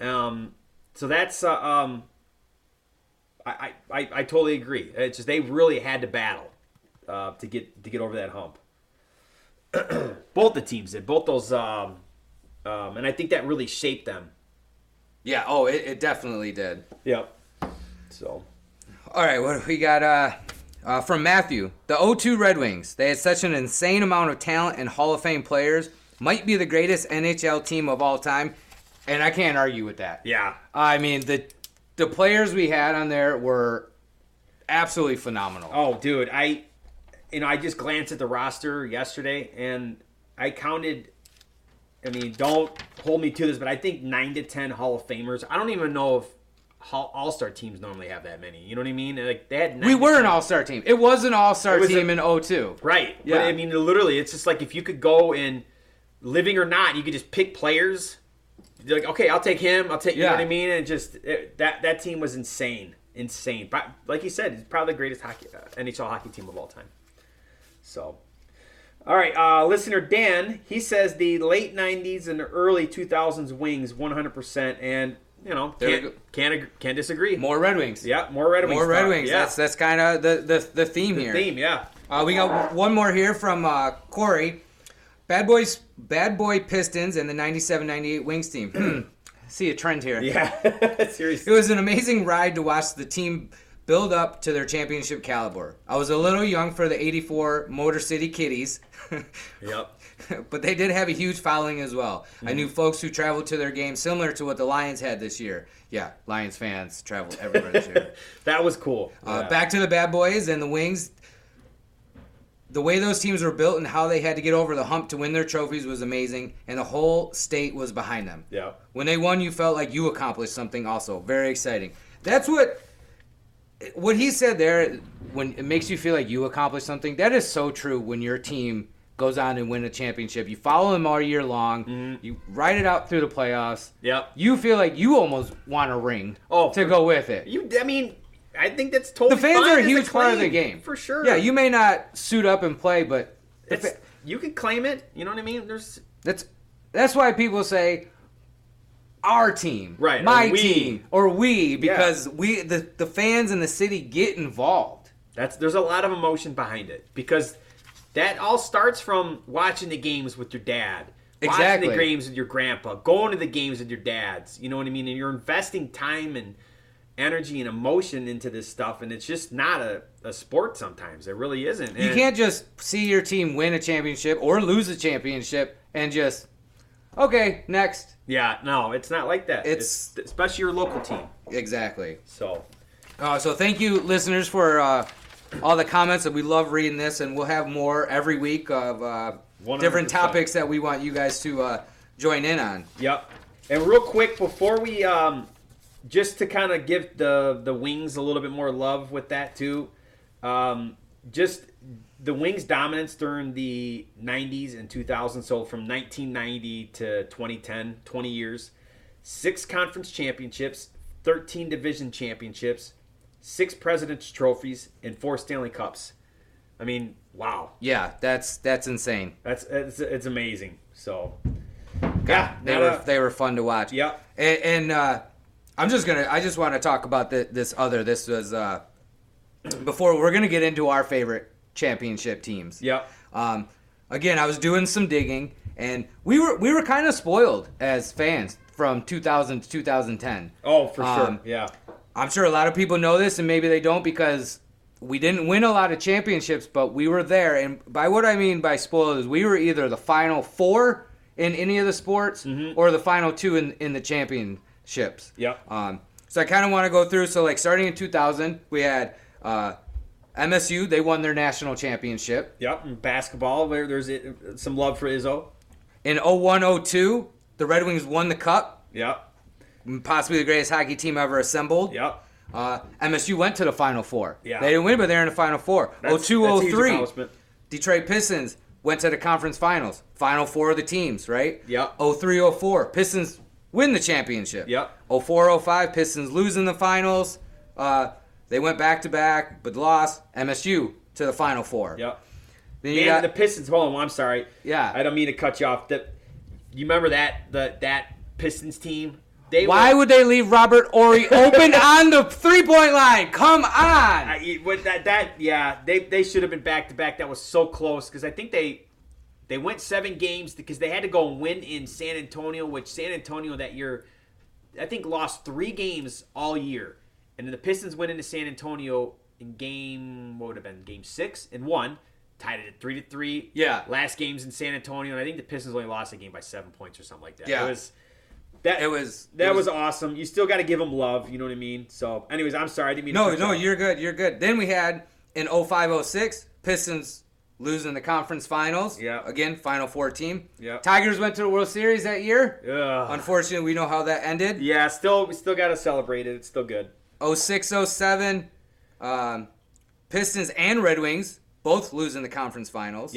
S2: Um, so that's uh, um, I, I I I totally agree. It's just they really had to battle uh, to get to get over that hump. *clears throat* both the teams did. Both those, um, um, and I think that really shaped them.
S1: Yeah. Oh, it, it definitely did.
S2: Yep. So
S1: All right, what do we got uh, uh, from Matthew? The 02 Red Wings. They had such an insane amount of talent and Hall of Fame players. Might be the greatest NHL team of all time, and I can't argue with that.
S2: yeah,
S1: I mean the the players we had on there were absolutely phenomenal.
S2: Oh, dude, I, you know, I just glanced at the roster yesterday, and I counted. I mean, don't hold me to this, but I think nine to ten Hall of Famers. I don't even know if All Star teams normally have that many. You know what I mean? Like they had. Nine
S1: we
S2: to
S1: were
S2: 10.
S1: an all-star team. It was an all-star
S2: was
S1: team
S2: a-
S1: in 02.
S2: Right.
S1: Yeah.
S2: Yeah. But, I mean, literally, it's just like if you could go and living or not, you could just pick players. You're like, okay, I'll take him. I'll take you know
S1: Yeah.
S2: what I mean. And just it, that that team was insane, insane. But like you said, it's probably the greatest hockey uh, NHL hockey team of all time. So. All right, uh, listener Dan, he says the late '90s and early 2000s wings 100%, and you know
S1: There we
S2: can't,
S1: go.
S2: can't ag- can't disagree.
S1: More Red Wings.
S2: yeah, more Red Wings.
S1: More Red
S2: talk.
S1: Wings.
S2: Yeah.
S1: That's that's kind of the, the the theme here.
S2: theme. Yeah. *laughs*
S1: Uh, we got one more here from uh, Corey. Bad boys, bad boy Pistons, and the 97-98 Wings team. *clears throat* Hmm. See a trend here.
S2: Yeah. *laughs*
S1: It
S2: Seriously.
S1: was an amazing ride to watch the team build up to their championship caliber. I was a little young for the 84 Motor City Kitties,
S2: Yep.
S1: *laughs* but they did have a huge following as well. I knew folks who traveled to their games similar to what the Lions had this year. Yeah, Lions fans traveled everywhere this year.
S2: *laughs* That was cool.
S1: Uh,
S2: Yeah.
S1: Back to the Bad Boys and the Wings. The way those teams were built and how they had to get over the hump to win their trophies was amazing, and the whole state was behind them.
S2: Yeah.
S1: When they won, you felt like you accomplished something. Also, very exciting. That's what what he said there. When it makes you feel like you accomplished something, that is so true. When your team goes on and win a championship, you follow them all year long.
S2: Mm-hmm.
S1: You ride it out through the playoffs.
S2: Yep.
S1: You feel like you almost want a ring
S2: Oh,
S1: to go with it
S2: You. I mean, I think that's totally.
S1: the fans
S2: fine
S1: are a
S2: as
S1: huge part of the
S2: claim,
S1: game
S2: for sure.
S1: Yeah, you may not suit up and play, but the
S2: It's,
S1: fa-
S2: you can claim it. You know what I mean? There's.
S1: that's that's why people say our team,
S2: Right, or
S1: My
S2: we.
S1: team, or we, because we the the fans in the city get involved.
S2: That's. There's a lot of emotion behind it because that all starts from watching the games with your dad. Watching
S1: Exactly.
S2: the games with your grandpa, going to the games with your dads, you know what I mean? And you're investing time and energy and emotion into this stuff, and it's just not a, a sport sometimes. It really isn't.
S1: You
S2: And-
S1: can't just see your team win a championship or lose a championship and just okay next.
S2: Yeah, no, it's not like that.
S1: It's-
S2: especially your local team.
S1: Exactly.
S2: So
S1: Uh, so thank you, listeners, for uh, all the comments. And we love reading this, and we'll have more every week of uh,
S2: 100%.
S1: different topics that we want you guys to uh, join in on.
S2: Yep. And real quick before we um just to kind of give the the wings a little bit more love with that too. Um just the wings dominance during the 90s and 2000s so from 1990 to 2010 20 years six conference championships 13 division championships six president's trophies and four stanley cups i mean wow
S1: Yeah, that's that's insane.
S2: That's it's, it's amazing. So yeah,
S1: God, they
S2: not
S1: were
S2: a-
S1: they were fun to watch.
S2: Yep.
S1: And, and uh, I'm just gonna I just want to talk about the, this other. This was uh, before we're gonna get into our favorite championship teams.
S2: Yep.
S1: Um, again, I was doing some digging, and we were we were kind of spoiled as fans from 2000 to 2010.
S2: Oh, for
S1: Um,
S2: sure. Yeah.
S1: I'm sure a lot of people know this, and maybe they don't because we didn't win a lot of championships, but we were there. And by what I mean by spoiled is we were either the final four in any of the sports or the final two in in the championships.
S2: Yep.
S1: Um, so I kind of want to go through. So like starting in 2000, we had uh, MSU. They won their national championship.
S2: Yep. And basketball, where there's it, some love for Izzo.
S1: In 01 02, the Red Wings won the cup,
S2: Yep.
S1: possibly the greatest hockey team ever assembled.
S2: Yep.
S1: Uh, MSU went to the Final Four.
S2: Yeah.
S1: They didn't win, but they're in the Final Four.
S2: That's- that's a huge
S1: 0203,
S2: accomplishment.
S1: Detroit Pistons went to the conference finals. Final four of the teams, right?
S2: Yep.
S1: 0304, Pistons win the championship.
S2: Yep.
S1: 0405, Pistons lose in the finals. Uh, they went back to back, but lost. MSU to the Final Four.
S2: Yep.
S1: Then you
S2: And
S1: got
S2: the Pistons. Hold on, I'm sorry.
S1: Yeah.
S2: I don't mean to cut you off. That you remember that the that Pistons team? They
S1: Why
S2: were,
S1: would they leave Robert
S2: *laughs*
S1: Ory open on the three point line? Come on.
S2: I, what that that yeah they they should have been back to back. That was so close because I think they they went seven games because they had to go and win in San Antonio, which San Antonio that year I think lost three games all year, and then the Pistons went into San Antonio in game what would have been game six and won, tied it at three to three.
S1: Yeah.
S2: last games in San Antonio, and I think the Pistons only lost the game by seven points or something like that.
S1: Yeah.
S2: it was. That,
S1: It was-
S2: that
S1: it was-
S2: was, awesome. You still got to give them love. You know what I mean. So, anyways, I'm sorry. I didn't mean. to
S1: No,
S2: cut you
S1: no,
S2: off.
S1: you're good. You're good. Then we had in 0506, Pistons losing the conference finals.
S2: Yeah.
S1: Again, Final Four team.
S2: Yeah.
S1: Tigers went to the World Series that year.
S2: Ugh.
S1: Unfortunately, we know how that ended.
S2: Yeah, still we still gotta celebrate it. It's still good.
S1: 0607, um, Pistons and Red Wings both losing the conference finals.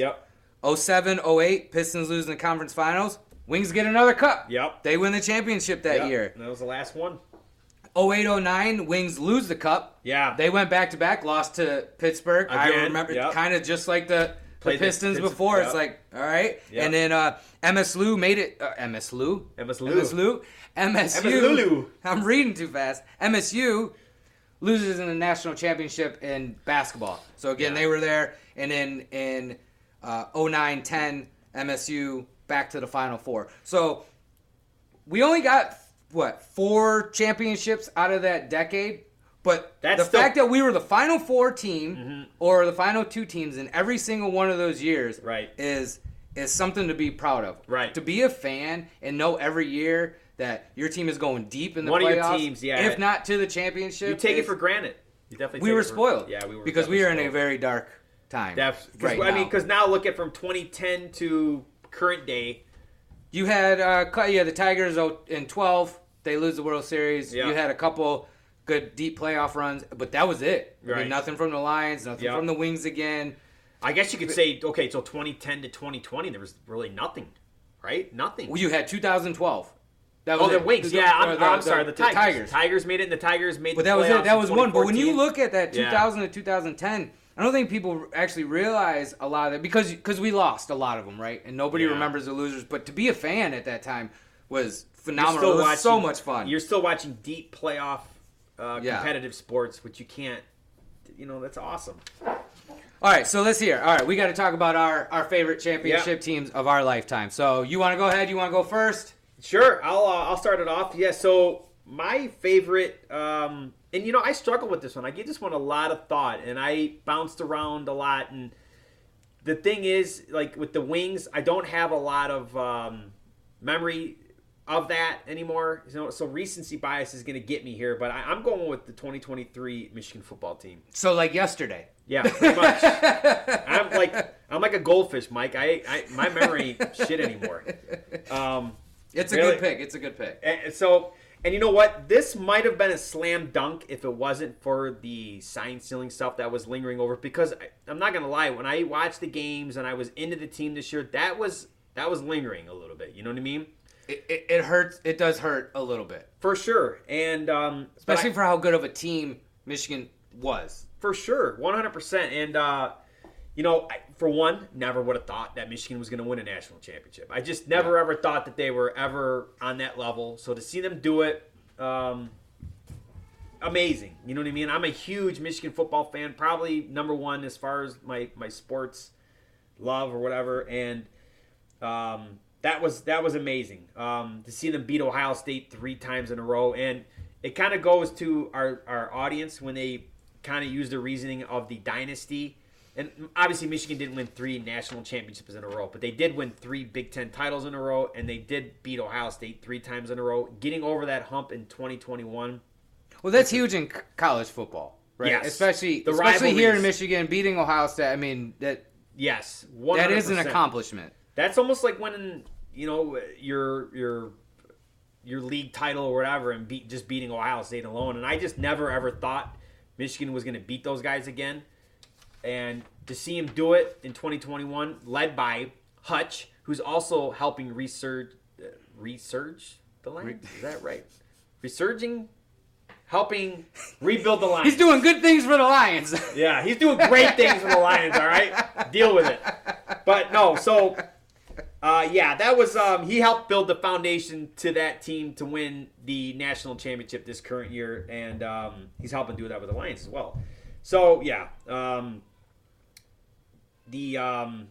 S2: Yep.
S1: 07 08, Pistons losing the conference finals. Wings get another cup.
S2: Yep.
S1: They win the championship that
S2: Yep.
S1: year.
S2: And That was the last one.
S1: 0809 Wings lose the cup.
S2: Yeah.
S1: They went back to back, lost to Pittsburgh. I
S2: Again,
S1: remember
S2: yep.
S1: kind of just like the, the
S2: Played the
S1: Pistons
S2: Pistons,
S1: before. It's
S2: yep.
S1: like, all right.
S2: Yep.
S1: And then uh, MS Lou made it. Uh, MS Lou?
S2: MS Lou.
S1: MS Lou? MSU.
S2: MS Lulu.
S1: *laughs* I'm reading too fast. MSU loses in the national championship in basketball. So again,
S2: Yeah.
S1: they were there. And then in uh, 09 10, MSU back to the Final Four. So we only got what four championships out of that decade but
S2: That's
S1: the
S2: still- Mm-hmm.
S1: fact that we were the final four team or the final two teams in every single one of those years
S2: Right.
S1: is is something to be proud of
S2: Right.
S1: to be a fan and know every year that your team is going deep in the
S2: One of
S1: playoffs
S2: your teams, yeah.
S1: if not to the championship
S2: You take it
S1: is-
S2: for granted. You definitely
S1: we
S2: take
S1: were
S2: it for-
S1: spoiled
S2: yeah, we were
S1: because we are
S2: definitely
S1: in a
S2: spoiled.
S1: very dark time
S2: Def- 'cause,
S1: right
S2: I mean,
S1: now.
S2: because now look at from 2010 to current day.
S1: You had uh, cu- yeah the Tigers oh, in twelve. They lose the World Series.
S2: Yeah.
S1: You had a couple good deep playoff runs, but that was it. I mean,
S2: Right.
S1: nothing from the Lions, nothing
S2: Yeah.
S1: from the Wings again.
S2: I guess you could say okay, so 2010 to 2020, there was really nothing, right? Nothing.
S1: Well, you had 2012. That
S2: oh, the
S1: it.
S2: Wings.
S1: The-
S2: yeah, I'm,
S1: or
S2: I'm sorry. The, Tigers.
S1: Tigers.
S2: Tigers made it, and the Tigers made.
S1: But
S2: the
S1: that was it.
S2: playoffs in
S1: That was one. But when you
S2: 2014.
S1: look at that
S2: Yeah.
S1: 2000 to 2010, I don't think people actually realize a lot of that because because we lost a lot of them, right? And nobody
S2: Yeah.
S1: remembers the losers. But to be a fan at that time was
S2: You're
S1: phenomenal.
S2: still
S1: it was so
S2: watching-
S1: much fun.
S2: You're still watching deep playoff uh,
S1: Yeah.
S2: competitive sports, which you can't. You know that's awesome.
S1: All right, so let's hear. All right, we got to talk about our, our favorite championship
S2: Yeah.
S1: teams of our lifetime. So you want to go ahead? You want to go first?
S2: Sure, I'll uh, I'll start it off. Yeah, so my favorite, um, and you know I struggle with this one. I gave this one a lot of thought, and I bounced around a lot. And the thing is, like with the wings, I don't have a lot of um, memory of that anymore. You know, so recency bias is going to get me here, but I, I'm going with the 2023 Michigan football team.
S1: So like yesterday.
S2: Yeah, pretty much. I'm like I'm like a goldfish, Mike. I, I my memory ain't shit anymore. Um,
S1: It's a
S2: Really?
S1: good pick. It's a good pick.
S2: and and so, and you know what? This might have been a slam dunk if it wasn't for the sign stealing stuff that was lingering over. Because I, I'm not gonna lie, when I watched the games and I was into the team this year, that was that was lingering a little bit. You know what I mean?
S1: It, it, it hurts. It does hurt a little bit,
S2: For sure. And um, but I-
S1: especially for how good of a team Michigan was.
S2: for sure, 100%. And uh, you know, I, for one, never would have thought that Michigan was going to win a national championship. I just never ever thought that they were ever on that level. So to see them do it, um, amazing. You know what I mean? I'm a huge Michigan football fan, probably number one as far as my my sports love or whatever. And um, that was that was amazing um, to see them beat Ohio State three times in a row, and it kind of goes to our our audience when they kind of use the reasoning of the dynasty And obviously, Michigan didn't win three national championships in a row, but they did win three Big Ten titles in a row, and they did beat Ohio State three times in a row. Getting over that hump in 2021,
S1: Well, that's huge in c- college football, right?
S2: Yes.
S1: Especially
S2: The
S1: especially here in
S2: rivalries.
S1: Michigan, beating Ohio State. I mean that
S2: yes, 100%.
S1: that is an accomplishment.
S2: That's almost like winning, you know, your your your league title or whatever, and beat just beating Ohio State alone. And I just never ever thought Michigan was going to beat those guys again. And to see him do it in 2021, led by Hutch, who's also helping resurge, uh, resurge the line. Is that right? Resurging, helping
S1: *laughs*
S2: rebuild the line.
S1: He's doing good things for the *laughs* Lions.
S2: Yeah, he's doing great things for the Lions. All right, deal with it. But no, so uh, yeah, that was um, he helped build the foundation to that team to win the national championship this current year, and um, he's helping do that with the Lions as well. So yeah, um, the um,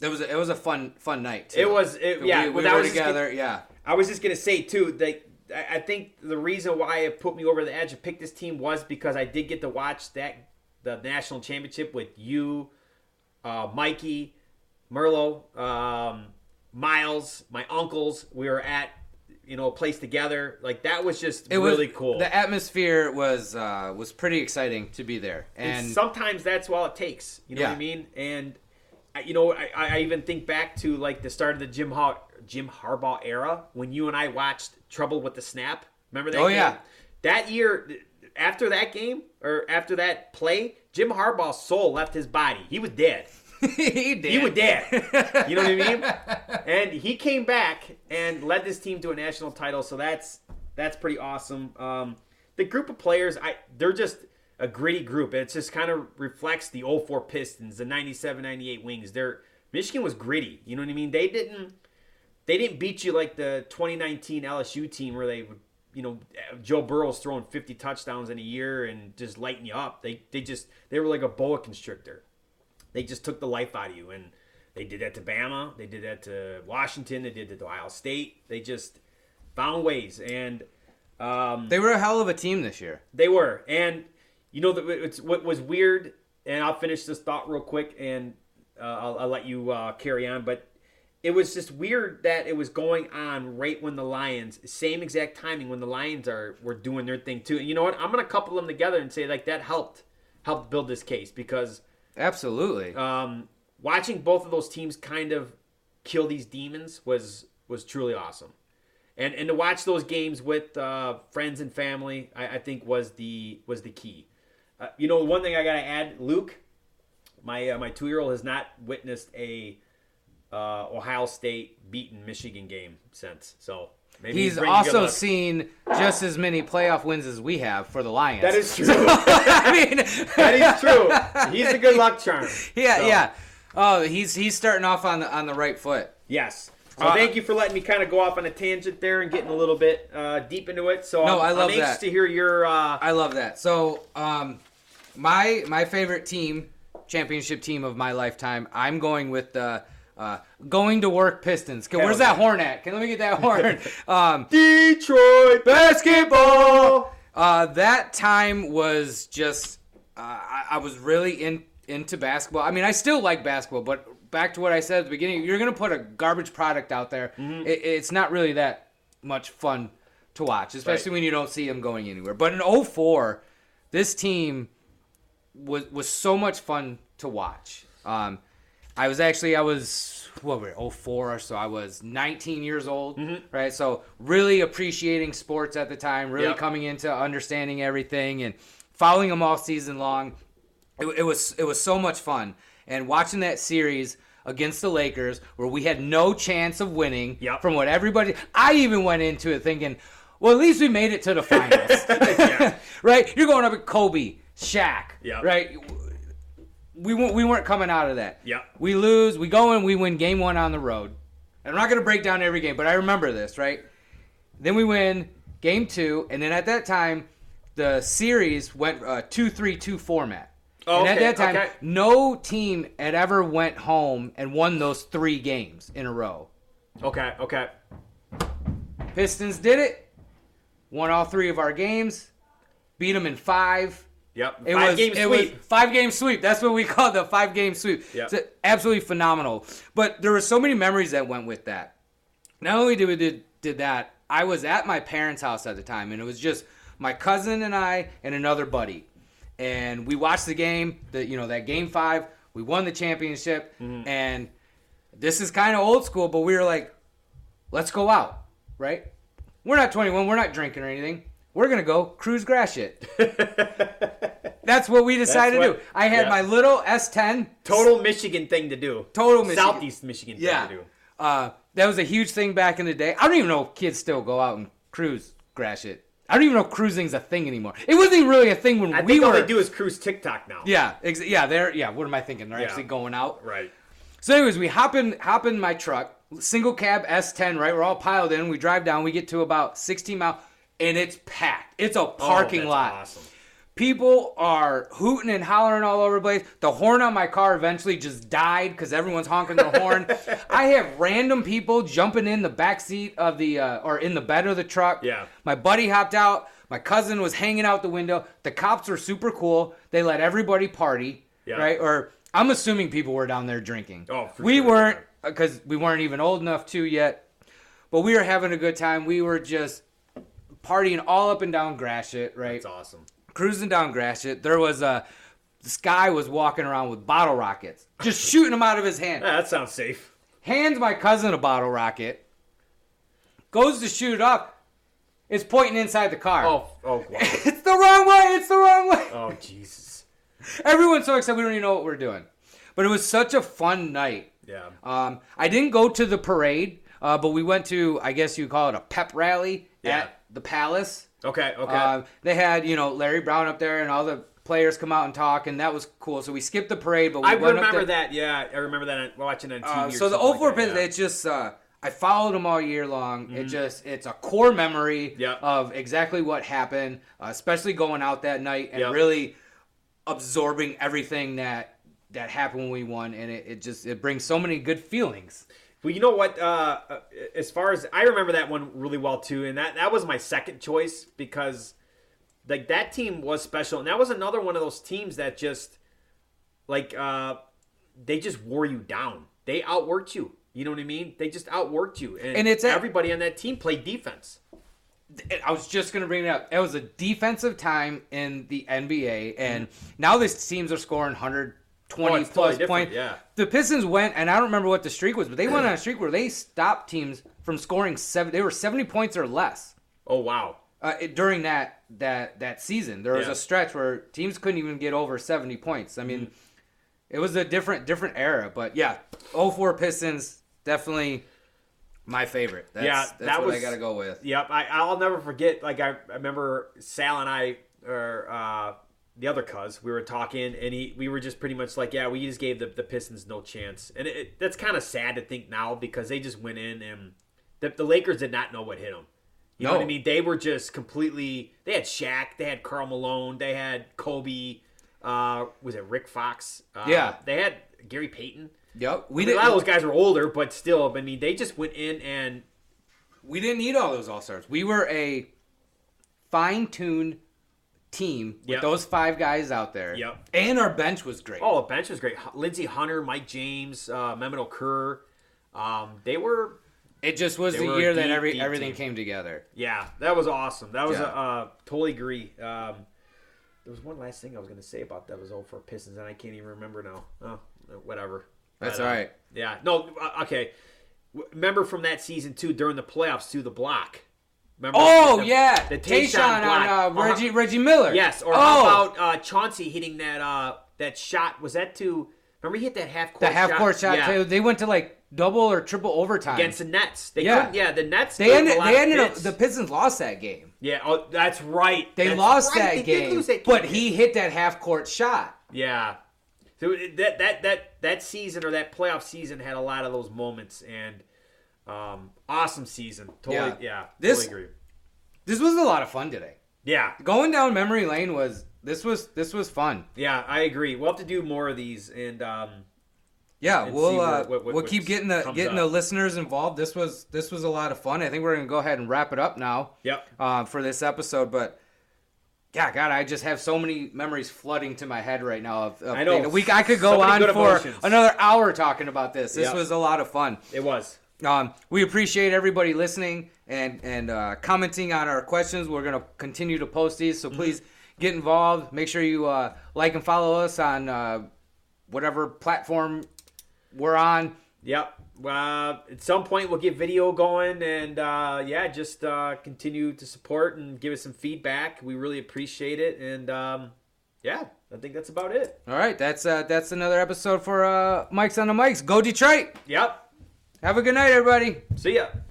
S1: it was a, it was a fun fun night. too.
S2: It was- it- yeah,
S1: We,
S2: well,
S1: we
S2: that
S1: were
S2: was just
S1: together. yeah,
S2: I was just gonna say too that I I think the reason why it put me over the edge to pick this team was because I did get to watch that the national championship with you, uh, Mikey, Merlo, um, Miles, my uncles. We were at you know a place together. Like that was just
S1: it was
S2: really cool.
S1: The atmosphere was uh, was pretty exciting to be there,
S2: and
S1: and
S2: sometimes that's all it takes. You know what I
S1: Yeah.
S2: mean? And I- you know, I, I even think back to like the start of the Jim Har- Jim Harbaugh era when you and I watched Trouble with the Snap. Remember that?
S1: Oh,
S2: game?
S1: yeah.
S2: That year, after that game or after that play, Jim Harbaugh's soul left his body. He was dead.
S1: *laughs* he did.
S2: He was dead. You know what I mean? And he came back and led this team to a national title. So that's that's pretty awesome. Um, the group of players, I they're just a gritty group. It just kind of reflects the 04 Pistons, the 97, 98 Wings. They're Michigan was gritty. You know what I mean? They didn't they didn't beat you like the 2019 LSU team where they would, you know, Joe Burrow's throwing 50 touchdowns in a year and just lighting you up. They they just they were like a boa constrictor. They just took the life out of you, and they did that to Bama. They did that to Washington. They did that to Ohio State. They just found ways, and um,
S1: They were a hell of a team this year.
S2: they were. And you know that it's what was weird. And I'll finish this thought real quick, and uh, I'll, I'll let you uh, carry on. But it was just weird that it was going on right when the Lions, same exact timing when the Lions are were doing their thing too. And you know what? I'm gonna couple them together and say like that helped helped build this case because
S1: Absolutely.
S2: um, watching both of those teams kind of kill these demons was was truly awesome, and and to watch those games with uh, friends and family, I, I think was the was the key. Uh, you know, one thing I gotta add, Luke, my uh, my two year old has not witnessed a uh, Ohio State beaten Michigan game since. So maybe
S1: He's
S2: bringing good
S1: also
S2: luck.
S1: seen just as many playoff wins as we have for the Lions.
S2: that is
S1: *laughs*
S2: true. *laughs*
S1: I mean,
S2: that is true. He's the good luck charm.
S1: *laughs* yeah,
S2: So,
S1: yeah. Oh, he's he's starting off on the on the right foot.
S2: Yes. So
S1: Uh,
S2: thank you for letting me kind of go off on a tangent there and getting a little bit uh, deep into it. So
S1: No,
S2: I'm,
S1: I love
S2: am anxious
S1: that.
S2: to hear your. Uh,
S1: I love that. So, um, my my favorite team, championship team of my lifetime. I'm going with the uh, going to work Pistons. Can, where's
S2: Hell yeah.
S1: that horn at? Can let me get that
S2: *laughs*
S1: horn. um,
S2: Detroit
S1: basketball. Uh, that time was just uh, I, I was really in into basketball. I mean, I still like basketball, but back to what I said at the beginning, you're gonna put a garbage product out there. It, it's not really that much fun to watch, especially
S2: Right.
S1: when you don't see them going anywhere. But in 04, this team was was so much fun to watch. Um, I was actually I was what were it, 04 or so I was 19 years old,
S2: Mm-hmm.
S1: right? So really appreciating sports at the time, really
S2: Yep.
S1: coming into understanding everything and following them all season long. It, it was it was so much fun and watching that series against the Lakers where we had no chance of winning
S2: Yep.
S1: from what everybody I even went into it thinking, well at least we made it to the
S2: *laughs*
S1: finals. *laughs* right? You're going up at Kobe, Shaq,
S2: Yeah.
S1: right? We weren't, we weren't coming out of that.
S2: Yeah.
S1: We lose, we go in, we win game one on the road. And I'm not going to break down every game, but I remember this, right? Then we win game two, and then at that time, the series went uh, 2 3 2 format.
S2: Oh,
S1: and
S2: okay,
S1: at that time,
S2: okay.
S1: no team had ever went home and won those three games in a row.
S2: Okay, okay.
S1: Pistons did it. Won all three of our games. Beat them in five.
S2: Yep.
S1: It
S2: five
S1: was
S2: game
S1: it
S2: sweep.
S1: was five game sweep. That's what we *laughs* call the five game sweep.
S2: Yep.
S1: It's absolutely phenomenal. But there were so many memories that went with that. Not only did we did, did that, I was at my parents' house at the time, and it was just my cousin and I and another buddy, and we watched the game. The you know that game five, we won the championship,
S2: Mm-hmm.
S1: and this is kind of old school, but we were like, let's go out, right? We're not 21, we're not drinking or anything. We're gonna go cruise grass
S2: *laughs*
S1: shit. That's what we decided
S2: That's
S1: to do.
S2: what-
S1: I had
S2: yeah.
S1: my little S10
S2: Total Michigan thing to do.
S1: Total Michigan.
S2: Southeast Michigan
S1: Yeah,
S2: thing to do.
S1: uh, that was a huge thing back in the day. I don't even know if kids still go out and cruise grass shit. I don't even know if cruising's a thing anymore. It wasn't even really a thing when
S2: I
S1: we
S2: think all
S1: were.
S2: they do is cruise TikTok now.
S1: yeah, ex- yeah, they're yeah. What am I thinking? They're
S2: Yeah.
S1: actually going out.
S2: Right.
S1: So, anyways, we hop in, hop in my truck, single cab S10, right? We're all piled in. We drive down. We get to about 16 mile, and it's packed. It's a
S2: Oh,
S1: parking
S2: that's
S1: lot.
S2: Awesome.
S1: People are hooting and hollering all over the place. The horn on my car eventually just died because everyone's honking their
S2: *laughs*
S1: horn. I have random people jumping in the back seat of the uh, or in the bed of the truck.
S2: Yeah.
S1: My buddy hopped out. My cousin was hanging out the window. The cops were super cool. They let everybody party.
S2: Yeah.
S1: Right? Or I'm assuming people were down there drinking.
S2: Oh, for
S1: we
S2: sure,
S1: weren't
S2: yeah.
S1: because we weren't even old enough to yet. But we were having a good time. We were just partying all up and down Gratiot, right?
S2: It's awesome.
S1: cruising down Gratiot. There was a this guy was walking around with bottle rockets, just shooting them out of his hand.
S2: Ah, that sounds safe.
S1: Hands my cousin a bottle rocket, goes to shoot it up. It's pointing inside the car.
S2: Oh, *laughs* oh, wow.
S1: *laughs* It's the wrong way. It's the wrong way.
S2: oh, Jesus.
S1: Everyone's so excited. We don't even know what we're doing. But it was such a fun night.
S2: Yeah.
S1: Um, I didn't go to the parade, uh, but we went to, I guess you would call it a pep rally
S2: Yeah.
S1: at the palace.
S2: Okay. Okay.
S1: Uh, they had, you know, Larry Brown up there and all the players come out and talk, and that was cool. So we skipped the parade, but we
S2: I
S1: went up
S2: remember
S1: there-
S2: that. Yeah, I remember that on- watching on TV.
S1: Uh,
S2: or
S1: so the
S2: something
S1: 04
S2: like
S1: Pistons,
S2: that, yeah. Mm-hmm.
S1: it's just, uh, I followed them all year long. It just, it's a core memory
S2: Yep.
S1: of exactly what happened, uh, especially going out that night and
S2: Yep.
S1: really absorbing everything that that happened when we won. And it, it just, it brings so many good feelings.
S2: Well, you know what? Uh, uh, as far as I remember that one really well too, and that that was my second choice because like that team was special, and that was another one of those teams that just like uh, they just wore you down. They outworked you. You know what I mean? They just outworked you, and,
S1: And it's at-
S2: everybody on that team played defense.
S1: it- I was just going to bring it up. It was a defensive time in the NBA, and now these teams are scoring 120
S2: Oh, it's totally
S1: plus
S2: different,
S1: points.
S2: yeah.
S1: The Pistons went, and I don't remember what the streak was, but they went on a streak where they stopped teams from scoring seven. They were 70 points or less
S2: Oh wow!
S1: uh, it- during that that that season. There was
S2: Yeah. Mm-hmm.
S1: a stretch where teams couldn't even get over 70 points. I mean, it was a different different era, but yeah, 04 Pistons definitely my favorite. That's,
S2: Yeah,
S1: that's
S2: that
S1: what I
S2: was-
S1: got to go with.
S2: Yep, I, I'll never forget. Like I, I remember Sal and I, or uh, the other cuz, we were talking, and he, we were just pretty much like, yeah, we just gave the, the Pistons no chance, and it, it- that's kind of sad to think now because they just went in and the, the Lakers did not know what hit them. You know
S1: No.
S2: what I mean? They were just completely. They had Shaq, they had Carl Malone, they had Kobe. Uh, was it Rick Fox? Uh,
S1: Yeah.
S2: they had Gary Payton.
S1: Yep, we
S2: I mean, a lot of
S1: didn't.
S2: those guys were older, but still, I mean, they just went in and
S1: we didn't need all those all stars. We were a fine tuned team with
S2: Yep.
S1: those five guys out there.
S2: Yep.
S1: And our bench was great.
S2: Oh, the bench was great. H- Lindsey Hunter, Mike James, uh, Mehmet Okur. Um, they were,
S1: it just was
S2: They
S1: the
S2: were a
S1: year that
S2: deep,
S1: every
S2: deep
S1: everything
S2: team.
S1: came together.
S2: yeah, that was awesome. That was,
S1: Yeah.
S2: a, uh, totally agree. Um, there was one last thing I was going to say about that was over for Pistons, and I can't even remember now. Oh, whatever.
S1: That's
S2: But,
S1: all
S2: uh,
S1: right.
S2: Yeah, no, uh, okay. W- Remember from that season, too, during the playoffs, too, the block. Remember
S1: Oh
S2: the-
S1: yeah,
S2: the
S1: Tayshaun
S2: Tayshaun
S1: on
S2: block.
S1: uh,
S2: Or how-
S1: Reggie Reggie Miller.
S2: Yes, or
S1: oh,
S2: how about uh, Chauncey hitting that uh, that shot? Was that to remember he hit that half court
S1: the half court shot?
S2: Yeah.
S1: too. They went to like double or triple overtime.
S2: against the Nets. They
S1: Yeah.
S2: couldn't. Yeah, the Nets.
S1: they
S2: gave
S1: ended.
S2: A lot
S1: They
S2: of
S1: ended up.
S2: fits.
S1: The Pistons lost that game.
S2: yeah. Oh, that's right.
S1: They
S2: That's
S1: lost
S2: right.
S1: that,
S2: They did
S1: game,
S2: lose that
S1: But he hit that half court shot.
S2: Yeah. So it- that that that that season or that playoff season had a lot of those moments and um, awesome season. Totally.
S1: Yeah.
S2: Yeah.
S1: This-
S2: totally agree.
S1: This was a lot of fun today.
S2: Yeah.
S1: Going down memory lane was this was this was fun.
S2: Yeah. I agree. We'll have to do more of these and. Um,
S1: Yeah,
S2: and
S1: we'll
S2: see
S1: uh,
S2: what- what- what-
S1: we'll keep
S2: what
S1: getting the
S2: comes
S1: getting
S2: up.
S1: the listeners involved. This was this was a lot of fun. I think we're gonna go ahead and wrap it up now
S2: yep.
S1: uh, for this episode. But yeah, God, I just have so many memories flooding to my head right now. Of, of
S2: I know.
S1: being- we I could go
S2: So many
S1: on
S2: good
S1: for
S2: emotions.
S1: another hour talking about this. This
S2: Yeah.
S1: was a lot of fun.
S2: It was.
S1: Um, we appreciate everybody listening and and uh, commenting on our questions. We're gonna continue to post these, so please get involved. Make sure you uh, like and follow us on uh, whatever platform we're on.
S2: Yep. Uh, at some point, we'll get video going, and uh, yeah, just uh, continue to support and give us some feedback. We really appreciate it, and um, yeah, I think that's about it.
S1: All right, that's uh, that's another episode for uh, Mike's on the Mics. Go Detroit!
S2: Yep.
S1: Have a good night, everybody.
S2: See ya.